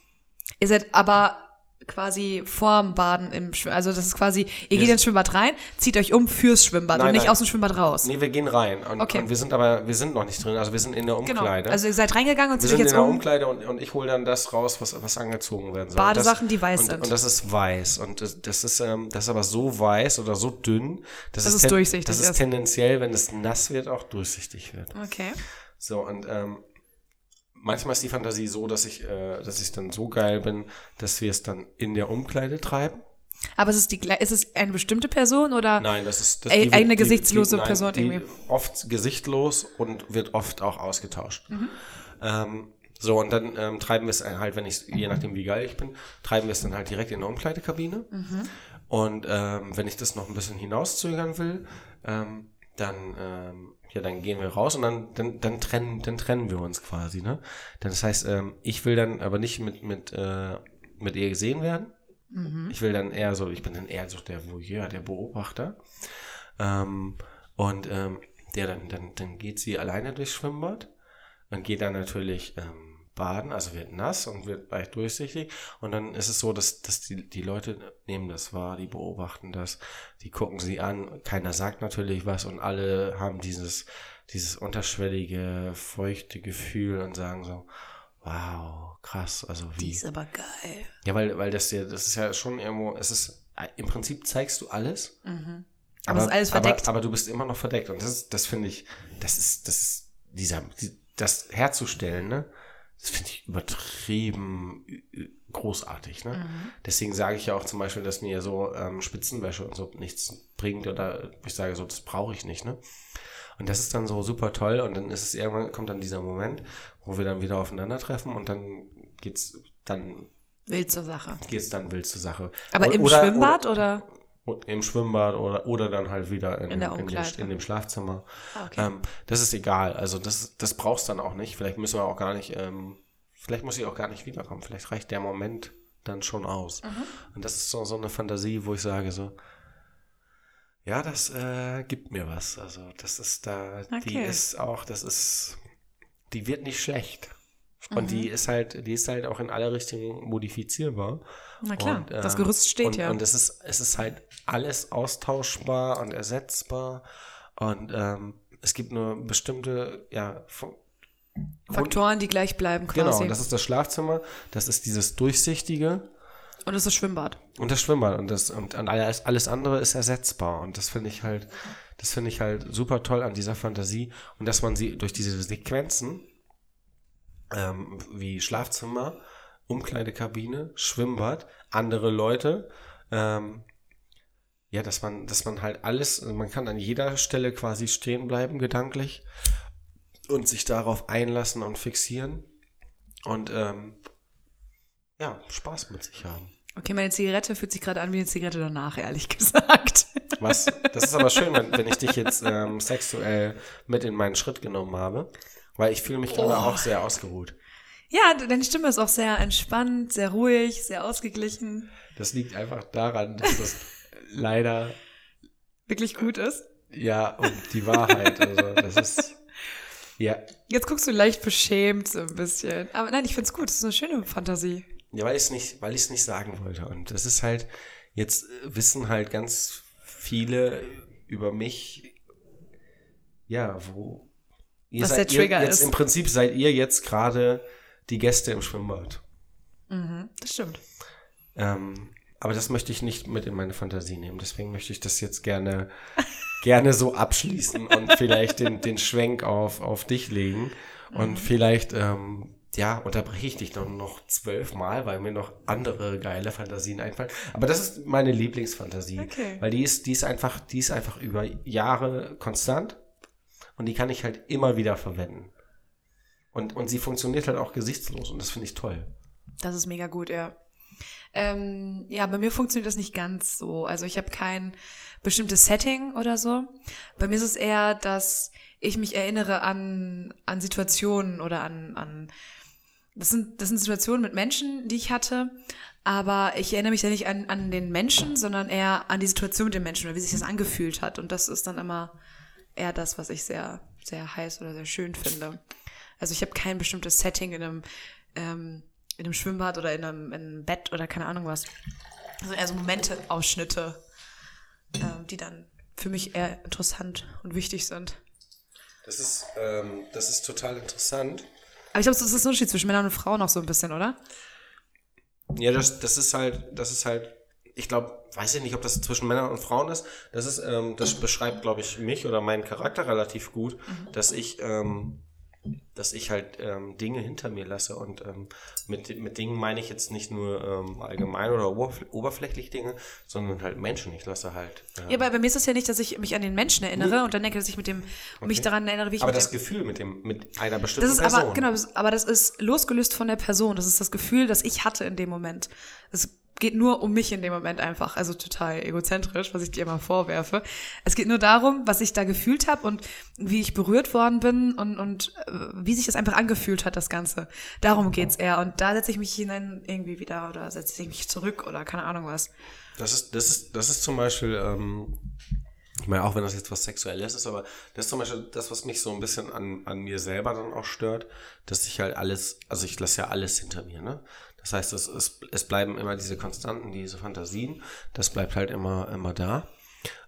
Speaker 3: Ihr seid aber quasi vorm Baden im Schwimmbad. Also das ist quasi, ihr geht
Speaker 4: sind-
Speaker 3: ins Schwimmbad rein, zieht euch um fürs Schwimmbad
Speaker 4: Nein,
Speaker 3: und nicht
Speaker 4: nein.
Speaker 3: aus dem Schwimmbad raus.
Speaker 4: Nee, wir gehen rein. Und,
Speaker 3: Okay.
Speaker 4: und wir sind aber, wir sind noch nicht drin. Also wir sind in der
Speaker 3: genau.
Speaker 4: Umkleide.
Speaker 3: Also ihr seid reingegangen und
Speaker 4: wir
Speaker 3: zieht euch
Speaker 4: sind in
Speaker 3: jetzt
Speaker 4: der
Speaker 3: um.
Speaker 4: Umkleide und, und ich hole dann das raus, was, was angezogen werden soll.
Speaker 3: Badesachen,
Speaker 4: das,
Speaker 3: die weiß
Speaker 4: und,
Speaker 3: sind.
Speaker 4: Und das ist weiß. Und das, das ist ähm, das ist aber so weiß oder so dünn, dass
Speaker 3: Dass
Speaker 4: es,
Speaker 3: es
Speaker 4: ten-
Speaker 3: durchsichtig
Speaker 4: dass es
Speaker 3: ist.
Speaker 4: tendenziell, wenn es nass wird, auch durchsichtig wird.
Speaker 3: Okay.
Speaker 4: So, und ähm, manchmal ist die Fantasie so, dass ich, äh, dass ich dann so geil bin, dass wir es dann in der Umkleide treiben.
Speaker 3: Aber ist es, die, gle- ist es eine bestimmte Person oder?
Speaker 4: Nein, das ist das
Speaker 3: Ey,
Speaker 4: die-
Speaker 3: e- eigene
Speaker 4: die- die,
Speaker 3: gesichtslose
Speaker 4: nein,
Speaker 3: Person
Speaker 4: die
Speaker 3: irgendwie.
Speaker 4: Oft gesichtlos und wird oft auch ausgetauscht.
Speaker 3: Mhm.
Speaker 4: Ähm, so, und dann ähm, treiben wir es halt, wenn ich, je nachdem wie geil ich bin, treiben wir es dann halt direkt in der Umkleidekabine.
Speaker 3: Mhm.
Speaker 4: Und ähm, wenn ich das noch ein bisschen hinauszögern will, ähm, dann, ähm, ja, dann gehen wir raus und dann, dann, dann trennen, dann trennen wir uns quasi, ne? Dann, das heißt, ähm, ich will dann aber nicht mit, mit, äh, mit ihr gesehen werden.
Speaker 3: Mhm.
Speaker 4: Ich will dann eher so, ich bin dann eher so der Voyeur, der Beobachter. Ähm, und ähm, ja, dann, dann, dann geht sie alleine durchs Schwimmbad und geht dann natürlich ähm, baden, also wird nass und wird leicht durchsichtig. Und dann ist es so, dass, dass die, die Leute nehmen das wahr, die beobachten das, die gucken sie an, keiner sagt natürlich was und alle haben dieses, dieses unterschwellige, feuchte Gefühl und sagen so, wow, krass, also wie.
Speaker 3: Die ist aber geil.
Speaker 4: Ja, weil, weil das ja, das ist ja schon irgendwo, es ist, im Prinzip zeigst du alles.
Speaker 3: Mhm. Aber es ist alles verdeckt.
Speaker 4: Aber, aber du bist immer noch verdeckt. Und das, ist- das finde ich, das ist, das ist dieser, die, das herzustellen, ne? Das finde ich übertrieben ü- ü- großartig,
Speaker 3: Mhm.
Speaker 4: ne? Deswegen sage ich ja auch zum Beispiel, dass mir so ähm, Spitzenwäsche und so nichts bringt oder ich sage so, das brauche ich nicht, ne? Und das ist dann so super toll und dann ist es irgendwann, kommt dann dieser Moment, wo wir dann wieder aufeinandertreffen und dann geht's, dann
Speaker 3: Wild zur Sache.
Speaker 4: geht's dann wild zur Sache.
Speaker 3: Aber
Speaker 4: O-
Speaker 3: im
Speaker 4: oder-
Speaker 3: Schwimmbad
Speaker 4: oder,
Speaker 3: oder?
Speaker 4: Und Im Schwimmbad oder, oder dann halt wieder in,
Speaker 3: In der
Speaker 4: in, dem,
Speaker 3: Umkleide.
Speaker 4: in dem Schlafzimmer.
Speaker 3: Ah, okay.
Speaker 4: Ähm, das ist egal. Also das, das brauchst dann auch nicht. Vielleicht müssen wir auch gar nicht, ähm, vielleicht muss ich auch gar nicht wiederkommen. Vielleicht reicht der Moment dann schon aus.
Speaker 3: Mhm.
Speaker 4: Und das ist so, so eine Fantasie, wo ich sage so, ja, das äh, gibt mir was. Also das ist da, die
Speaker 3: Okay.
Speaker 4: ist auch, das ist, die wird nicht schlecht. Und
Speaker 3: Mhm.
Speaker 4: die ist halt, die ist halt auch in alle Richtungen modifizierbar.
Speaker 3: Na klar,
Speaker 4: Und,
Speaker 3: das
Speaker 4: ähm,
Speaker 3: Gerüst steht
Speaker 4: und,
Speaker 3: ja.
Speaker 4: Und es ist, es ist halt alles austauschbar und ersetzbar. Und ähm, es gibt nur bestimmte, ja, Fu-
Speaker 3: Faktoren, die gleich bleiben
Speaker 4: genau,
Speaker 3: quasi.
Speaker 4: und das ist das Schlafzimmer, das ist dieses Durchsichtige
Speaker 3: und das ist Schwimmbad.
Speaker 4: und das Schwimmbad und das und an alles, alles andere ist ersetzbar. Und das finde ich halt, das finde ich halt super toll an dieser Fantasie. Und dass man sie durch diese Sequenzen ähm, wie Schlafzimmer, Umkleidekabine, Schwimmbad, andere Leute. Ähm, ja, dass man, dass man halt alles, also man kann an jeder Stelle quasi stehen bleiben, gedanklich, und sich darauf einlassen und fixieren und ähm, ja, Spaß mit sich haben.
Speaker 3: Okay, meine Zigarette fühlt sich gerade an wie eine Zigarette danach, ehrlich gesagt.
Speaker 4: Was? Das ist aber schön, wenn, wenn ich dich jetzt ähm, sexuell mit in meinen Schritt genommen habe, weil ich fühle mich gerade auch sehr ausgeruht.
Speaker 3: ja, de- deine Stimme ist auch sehr entspannt, sehr ruhig, sehr ausgeglichen.
Speaker 4: Das liegt einfach daran, dass das leider
Speaker 3: Wirklich gut ist.
Speaker 4: ja um die Wahrheit. Also das ist ja,
Speaker 3: Jetzt guckst du leicht beschämt so ein bisschen. Aber nein, ich find's gut. Das ist eine schöne Fantasie.
Speaker 4: ja weil ich es nicht, weil ich es nicht sagen wollte. Und das ist halt jetzt äh, wissen halt ganz viele über mich. Ja, wo ihr
Speaker 3: Was der
Speaker 4: ihr-
Speaker 3: Trigger
Speaker 4: jetzt,
Speaker 3: ist.
Speaker 4: Im Prinzip seid ihr jetzt gerade die Gäste im Schwimmbad.
Speaker 3: Mhm, das stimmt.
Speaker 4: Ähm, aber das möchte ich nicht mit in meine Fantasie nehmen. Deswegen möchte ich das jetzt gerne, gerne so abschließen und vielleicht den, den Schwenk auf, auf dich legen. Und vielleicht, ähm, ja, unterbreche ich dich noch, noch zwölfmal, weil mir noch andere geile Fantasien einfallen. Aber das ist meine Lieblingsfantasie.
Speaker 3: Okay.
Speaker 4: Weil die ist, die ist einfach, die ist einfach über Jahre konstant und die kann ich halt immer wieder verwenden. Und, und sie funktioniert halt auch gesichtslos und das finde ich toll.
Speaker 3: Das ist mega gut, ja. Ähm, ja, bei mir funktioniert das nicht ganz so. Also ich habe kein bestimmtes Setting oder so. Bei mir ist es eher, dass ich mich erinnere an, an Situationen oder an, an das sind, das sind Situationen mit Menschen, die ich hatte, aber ich erinnere mich ja nicht an, an den Menschen, sondern eher an die Situation mit den Menschen oder wie sich das angefühlt hat. Und das ist dann immer eher das, was ich sehr, sehr heiß oder sehr schön finde. Also ich habe kein bestimmtes Setting in einem, ähm, in einem Schwimmbad oder in einem, in einem Bett oder keine Ahnung was. Also eher so Momente, Ausschnitte, ähm, die dann für mich eher interessant und wichtig sind.
Speaker 4: Das ist, ähm, das ist total interessant.
Speaker 3: Aber ich glaube, das ist ein Unterschied zwischen Männern und Frauen auch so ein bisschen, oder?
Speaker 4: Ja, das, das ist halt, das ist halt, ich glaube, weiß ich nicht, ob das zwischen Männern und Frauen ist. Das ist, ähm, das beschreibt, glaube ich, mich oder meinen Charakter relativ gut,
Speaker 3: Mhm.
Speaker 4: dass ich, ähm, dass ich halt ähm, Dinge hinter mir lasse. Und ähm, mit, mit Dingen meine ich jetzt nicht nur ähm, allgemein oder oberfl- oberflächlich Dinge, sondern halt Menschen. Ich lasse halt. ähm,
Speaker 3: Ja, aber bei mir ist das ja nicht, dass ich mich an den Menschen erinnere und dann denke, dass ich mit dem mich
Speaker 4: Okay.
Speaker 3: daran erinnere, wie ich
Speaker 4: aber
Speaker 3: mit
Speaker 4: das
Speaker 3: dem,
Speaker 4: Gefühl mit dem, mit einer bestimmten
Speaker 3: das ist
Speaker 4: Person.
Speaker 3: aber genau, das, aber das ist losgelöst von der Person. Das ist das Gefühl, das ich hatte in dem Moment. Es geht nur um mich in dem Moment einfach, also total egozentrisch, was ich dir immer vorwerfe. Es geht nur darum, was ich da gefühlt habe und wie ich berührt worden bin und und äh, wie sich das einfach angefühlt hat, das Ganze. Darum geht's eher und da setze ich mich hinein irgendwie wieder oder setze ich mich zurück oder keine Ahnung was.
Speaker 4: Das ist, das ist, das ist zum Beispiel, ähm, ich meine, auch wenn das jetzt was Sexuelles ist, aber das ist zum Beispiel das, was mich so ein bisschen an, an mir selber dann auch stört, dass ich halt alles, also ich lasse ja alles hinter mir, ne? Das heißt, es, es, es bleiben immer diese Konstanten, diese Fantasien, das bleibt halt immer, immer da.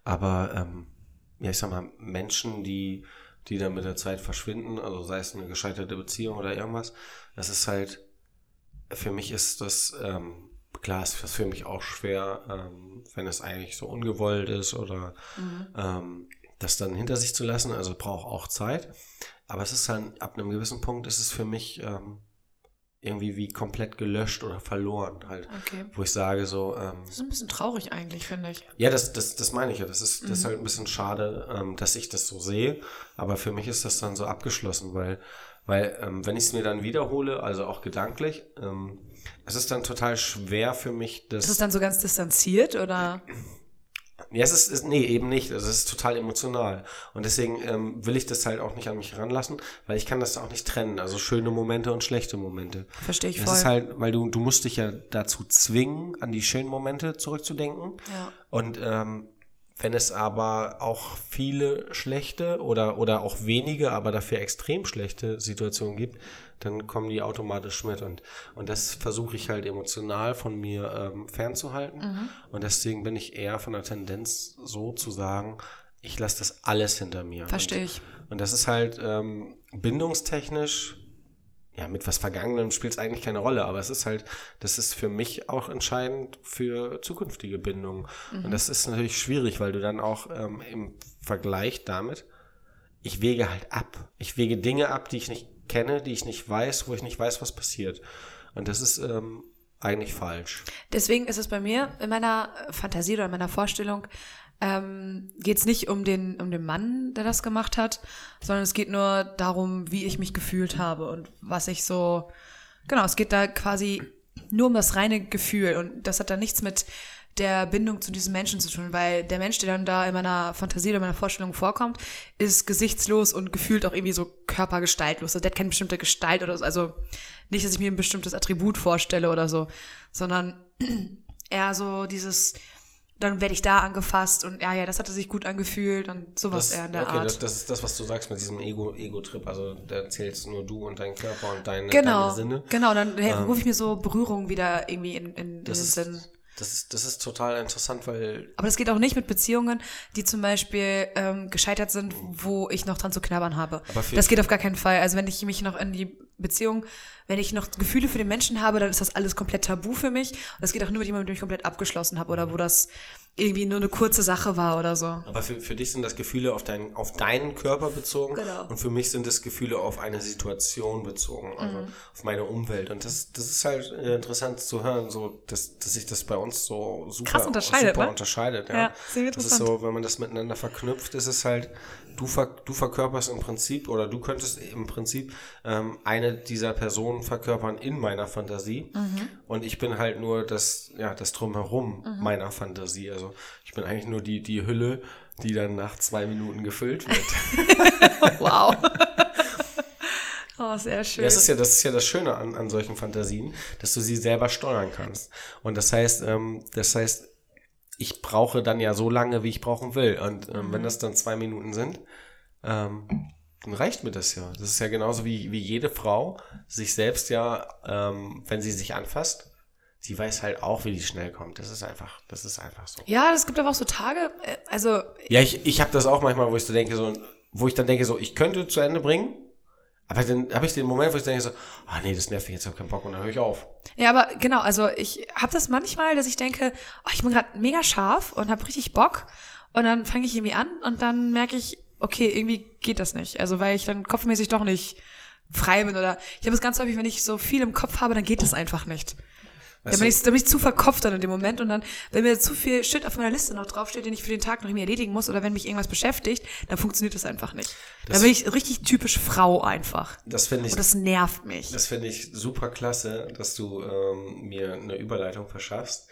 Speaker 4: Aber, ähm, ja, ich sag mal, Menschen, die, die dann mit der Zeit verschwinden, also sei es eine gescheiterte Beziehung oder irgendwas, das ist halt, für mich ist das, ähm, klar, ist das für mich auch schwer, ähm, wenn es eigentlich so ungewollt ist oder ähm, das dann hinter sich zu lassen. Also braucht auch Zeit. Aber es ist dann, ab einem gewissen Punkt ist es für mich ähm, irgendwie wie komplett gelöscht oder verloren halt.
Speaker 3: Okay.
Speaker 4: Wo ich sage so, ähm,
Speaker 3: Das ist ein bisschen traurig eigentlich, finde ich.
Speaker 4: ja, das, das, das meine ich ja. Das ist,
Speaker 3: Mhm.
Speaker 4: das ist halt ein bisschen schade, ähm, dass ich das so sehe. Aber für mich ist das dann so abgeschlossen, weil Weil, ähm, wenn ich es mir dann wiederhole, also auch gedanklich, ähm, es ist dann total schwer für mich, das.
Speaker 3: Ist es dann so ganz distanziert oder?
Speaker 4: ja, es ist, ist, nee, eben nicht. Also es ist total emotional. Und deswegen ähm, will ich das halt auch nicht an mich ranlassen, weil ich kann das auch nicht trennen. Also schöne Momente und schlechte Momente.
Speaker 3: Verstehe ich
Speaker 4: Das
Speaker 3: voll.
Speaker 4: ist halt, weil du, du musst dich ja dazu zwingen, an die schönen Momente zurückzudenken.
Speaker 3: Ja.
Speaker 4: Und ähm, wenn es aber auch viele schlechte oder, oder auch wenige, aber dafür extrem schlechte Situationen gibt, dann kommen die automatisch mit. Und, und das versuche ich halt emotional von mir ähm, fernzuhalten.
Speaker 3: Mhm.
Speaker 4: Und deswegen bin ich eher von der Tendenz so zu sagen, ich lasse das alles hinter mir.
Speaker 3: Verstehe
Speaker 4: Und-
Speaker 3: ich.
Speaker 4: Und das ist halt ähm, bindungstechnisch ja, mit was Vergangenem spielt es eigentlich keine Rolle, aber es ist halt, das ist für mich auch entscheidend für zukünftige Bindungen.
Speaker 3: Mhm.
Speaker 4: Und das ist natürlich schwierig, weil du dann auch ähm, im Vergleich damit, ich wege halt ab. Ich wege Dinge ab, die ich nicht kenne, die ich nicht weiß, wo ich nicht weiß, was passiert. Und das ist ähm, eigentlich falsch.
Speaker 3: Deswegen ist es bei mir in meiner Fantasie oder in meiner Vorstellung ähm, geht es nicht um den, um den Mann, der das gemacht hat, sondern es geht nur darum, wie ich mich gefühlt habe und was ich so. Genau, es geht da quasi nur um das reine Gefühl und das hat dann nichts mit der Bindung zu diesem Menschen zu tun, weil der Mensch, der dann da in meiner Fantasie oder in meiner Vorstellung vorkommt, ist gesichtslos und gefühlt auch irgendwie so körpergestaltlos. Also der hat keine bestimmte Gestalt oder so. Also nicht, dass ich mir ein bestimmtes Attribut vorstelle oder so, sondern eher so dieses, dann werde ich da angefasst und ja, ja, das hatte sich gut angefühlt und sowas eher in der
Speaker 4: okay,
Speaker 3: Art.
Speaker 4: Das, das ist das, was du sagst mit diesem Ego- Ego-Trip. also da zählst nur du und dein Körper und deine,
Speaker 3: genau,
Speaker 4: deine Sinne. Ähm,
Speaker 3: genau, dann hey, rufe ich mir so Berührungen wieder irgendwie in, in, in den
Speaker 4: Das ist,
Speaker 3: Sinn.
Speaker 4: das, ist, das ist total interessant, weil
Speaker 3: Aber das geht auch nicht mit Beziehungen, die zum Beispiel ähm, gescheitert sind, wo ich noch dran zu knabbern habe.
Speaker 4: Aber für-
Speaker 3: das geht auf gar keinen Fall. Also wenn ich mich noch in die Beziehung, wenn ich noch Gefühle für den Menschen habe, dann ist das alles komplett tabu für mich. Und das geht auch nur mit jemandem, den ich komplett abgeschlossen habe oder wo das irgendwie nur eine kurze Sache war oder so.
Speaker 4: Aber für, für dich sind das Gefühle auf, dein, auf deinen Körper bezogen
Speaker 3: Genau.
Speaker 4: und für mich sind das Gefühle auf eine Situation bezogen, also
Speaker 3: Mhm.
Speaker 4: auf meine Umwelt. Und das, das ist halt äh, interessant zu hören, so, dass, dass sich das bei uns so super,
Speaker 3: Krass unterscheidet,
Speaker 4: super
Speaker 3: ne?
Speaker 4: unterscheidet. halt, Ja.
Speaker 3: Ja, sehr
Speaker 4: das ist
Speaker 3: interessant.
Speaker 4: so, wenn man das miteinander verknüpft, ist es halt, du, ver, du verkörperst im Prinzip oder du könntest im Prinzip ähm, eine dieser Personen verkörpern in meiner Fantasie
Speaker 3: Mhm.
Speaker 4: und ich bin halt nur das, ja, das Drumherum meiner Fantasie. Also ich bin eigentlich nur die, die Hülle, die dann nach zwei Minuten gefüllt wird.
Speaker 3: Wow. oh, sehr schön.
Speaker 4: Das ist ja das, ist ja das Schöne an, an solchen Fantasien, dass du sie selber steuern kannst. Und das heißt, ähm, das heißt, ich brauche dann ja so lange, wie ich brauchen will. Und ähm, wenn das dann zwei Minuten sind, ähm, dann reicht mir das ja. Das ist ja genauso wie, wie jede Frau sich selbst ja, ähm, wenn sie sich anfasst, die weiß halt auch, wie die schnell kommt. Das ist einfach, das ist einfach so.
Speaker 3: ja, es gibt aber auch so Tage, äh, also
Speaker 4: Ja, ich, ich habe das auch manchmal, wo ich so denke, so, wo ich dann denke, so, ich könnte zu Ende bringen, aber dann habe ich den Moment, wo ich denke, so, ah nee, das nervt mich, jetzt habe ich keinen Bock und dann höre ich auf.
Speaker 3: Ja, aber genau, also ich habe das manchmal, dass ich denke, oh, ich bin gerade mega scharf und habe richtig Bock und dann fange ich irgendwie an und dann merke ich, okay, irgendwie geht das nicht. Also weil ich dann kopfmäßig doch nicht frei bin oder ich habe es ganz häufig, wenn ich so viel im Kopf habe, dann geht das einfach nicht. Dann
Speaker 4: Weißt
Speaker 3: bin,
Speaker 4: du-
Speaker 3: ich, dann bin ich zu verkopft dann in dem Moment und dann, wenn mir zu viel Shit auf meiner Liste noch draufsteht, den ich für den Tag noch irgendwie erledigen muss oder wenn mich irgendwas beschäftigt, dann funktioniert das einfach nicht.
Speaker 4: Das-
Speaker 3: dann bin ich richtig typisch Frau einfach.
Speaker 4: Das finde ich,
Speaker 3: Und das nervt mich.
Speaker 4: das finde ich super klasse, dass du ähm, mir eine Überleitung verschaffst.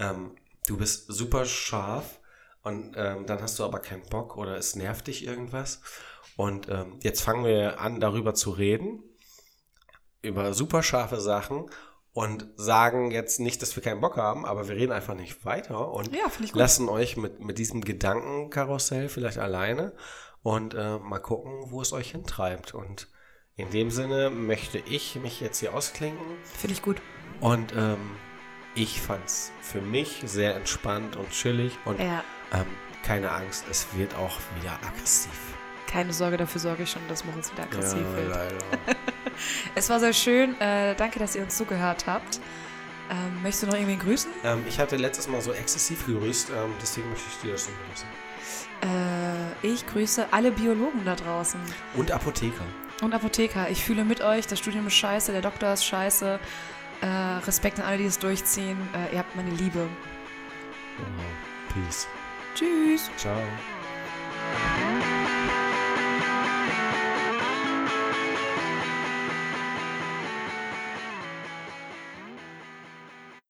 Speaker 4: Ähm, du bist super scharf und ähm, dann hast du aber keinen Bock oder es nervt dich irgendwas. Und ähm, jetzt fangen wir an, darüber zu reden, über super scharfe Sachen und sagen jetzt nicht, dass wir keinen Bock haben, aber wir reden einfach nicht weiter und
Speaker 3: Ja, finde ich gut.
Speaker 4: lassen euch mit, mit diesem Gedankenkarussell vielleicht alleine und äh, mal gucken, wo es euch hintreibt. Und in dem Sinne möchte ich mich jetzt hier ausklinken.
Speaker 3: Finde ich gut.
Speaker 4: Und ähm, ich fand's für mich sehr entspannt und chillig und
Speaker 3: Ja.
Speaker 4: ähm, keine Angst, es wird auch wieder aggressiv.
Speaker 3: Keine Sorge, dafür sorge ich schon, dass Moritz wieder aggressiv
Speaker 4: ja,
Speaker 3: wird.
Speaker 4: leider.
Speaker 3: Es war sehr schön. Äh, danke, dass ihr uns zugehört habt. Ähm, möchtest du noch irgendwen grüßen?
Speaker 4: ähm, ich hatte letztes Mal so exzessiv gerüst, ähm, deswegen möchte ich dir das so lassen.
Speaker 3: Äh, ich grüße alle Biologen da draußen
Speaker 4: Und Apotheker.
Speaker 3: und Apotheker. Ich fühle mit euch, das Studium ist scheiße, der Doktor ist scheiße. Äh, Respekt an alle, die es durchziehen. Äh, ihr habt meine Liebe.
Speaker 4: Peace.
Speaker 3: Tschüss.
Speaker 4: Ciao.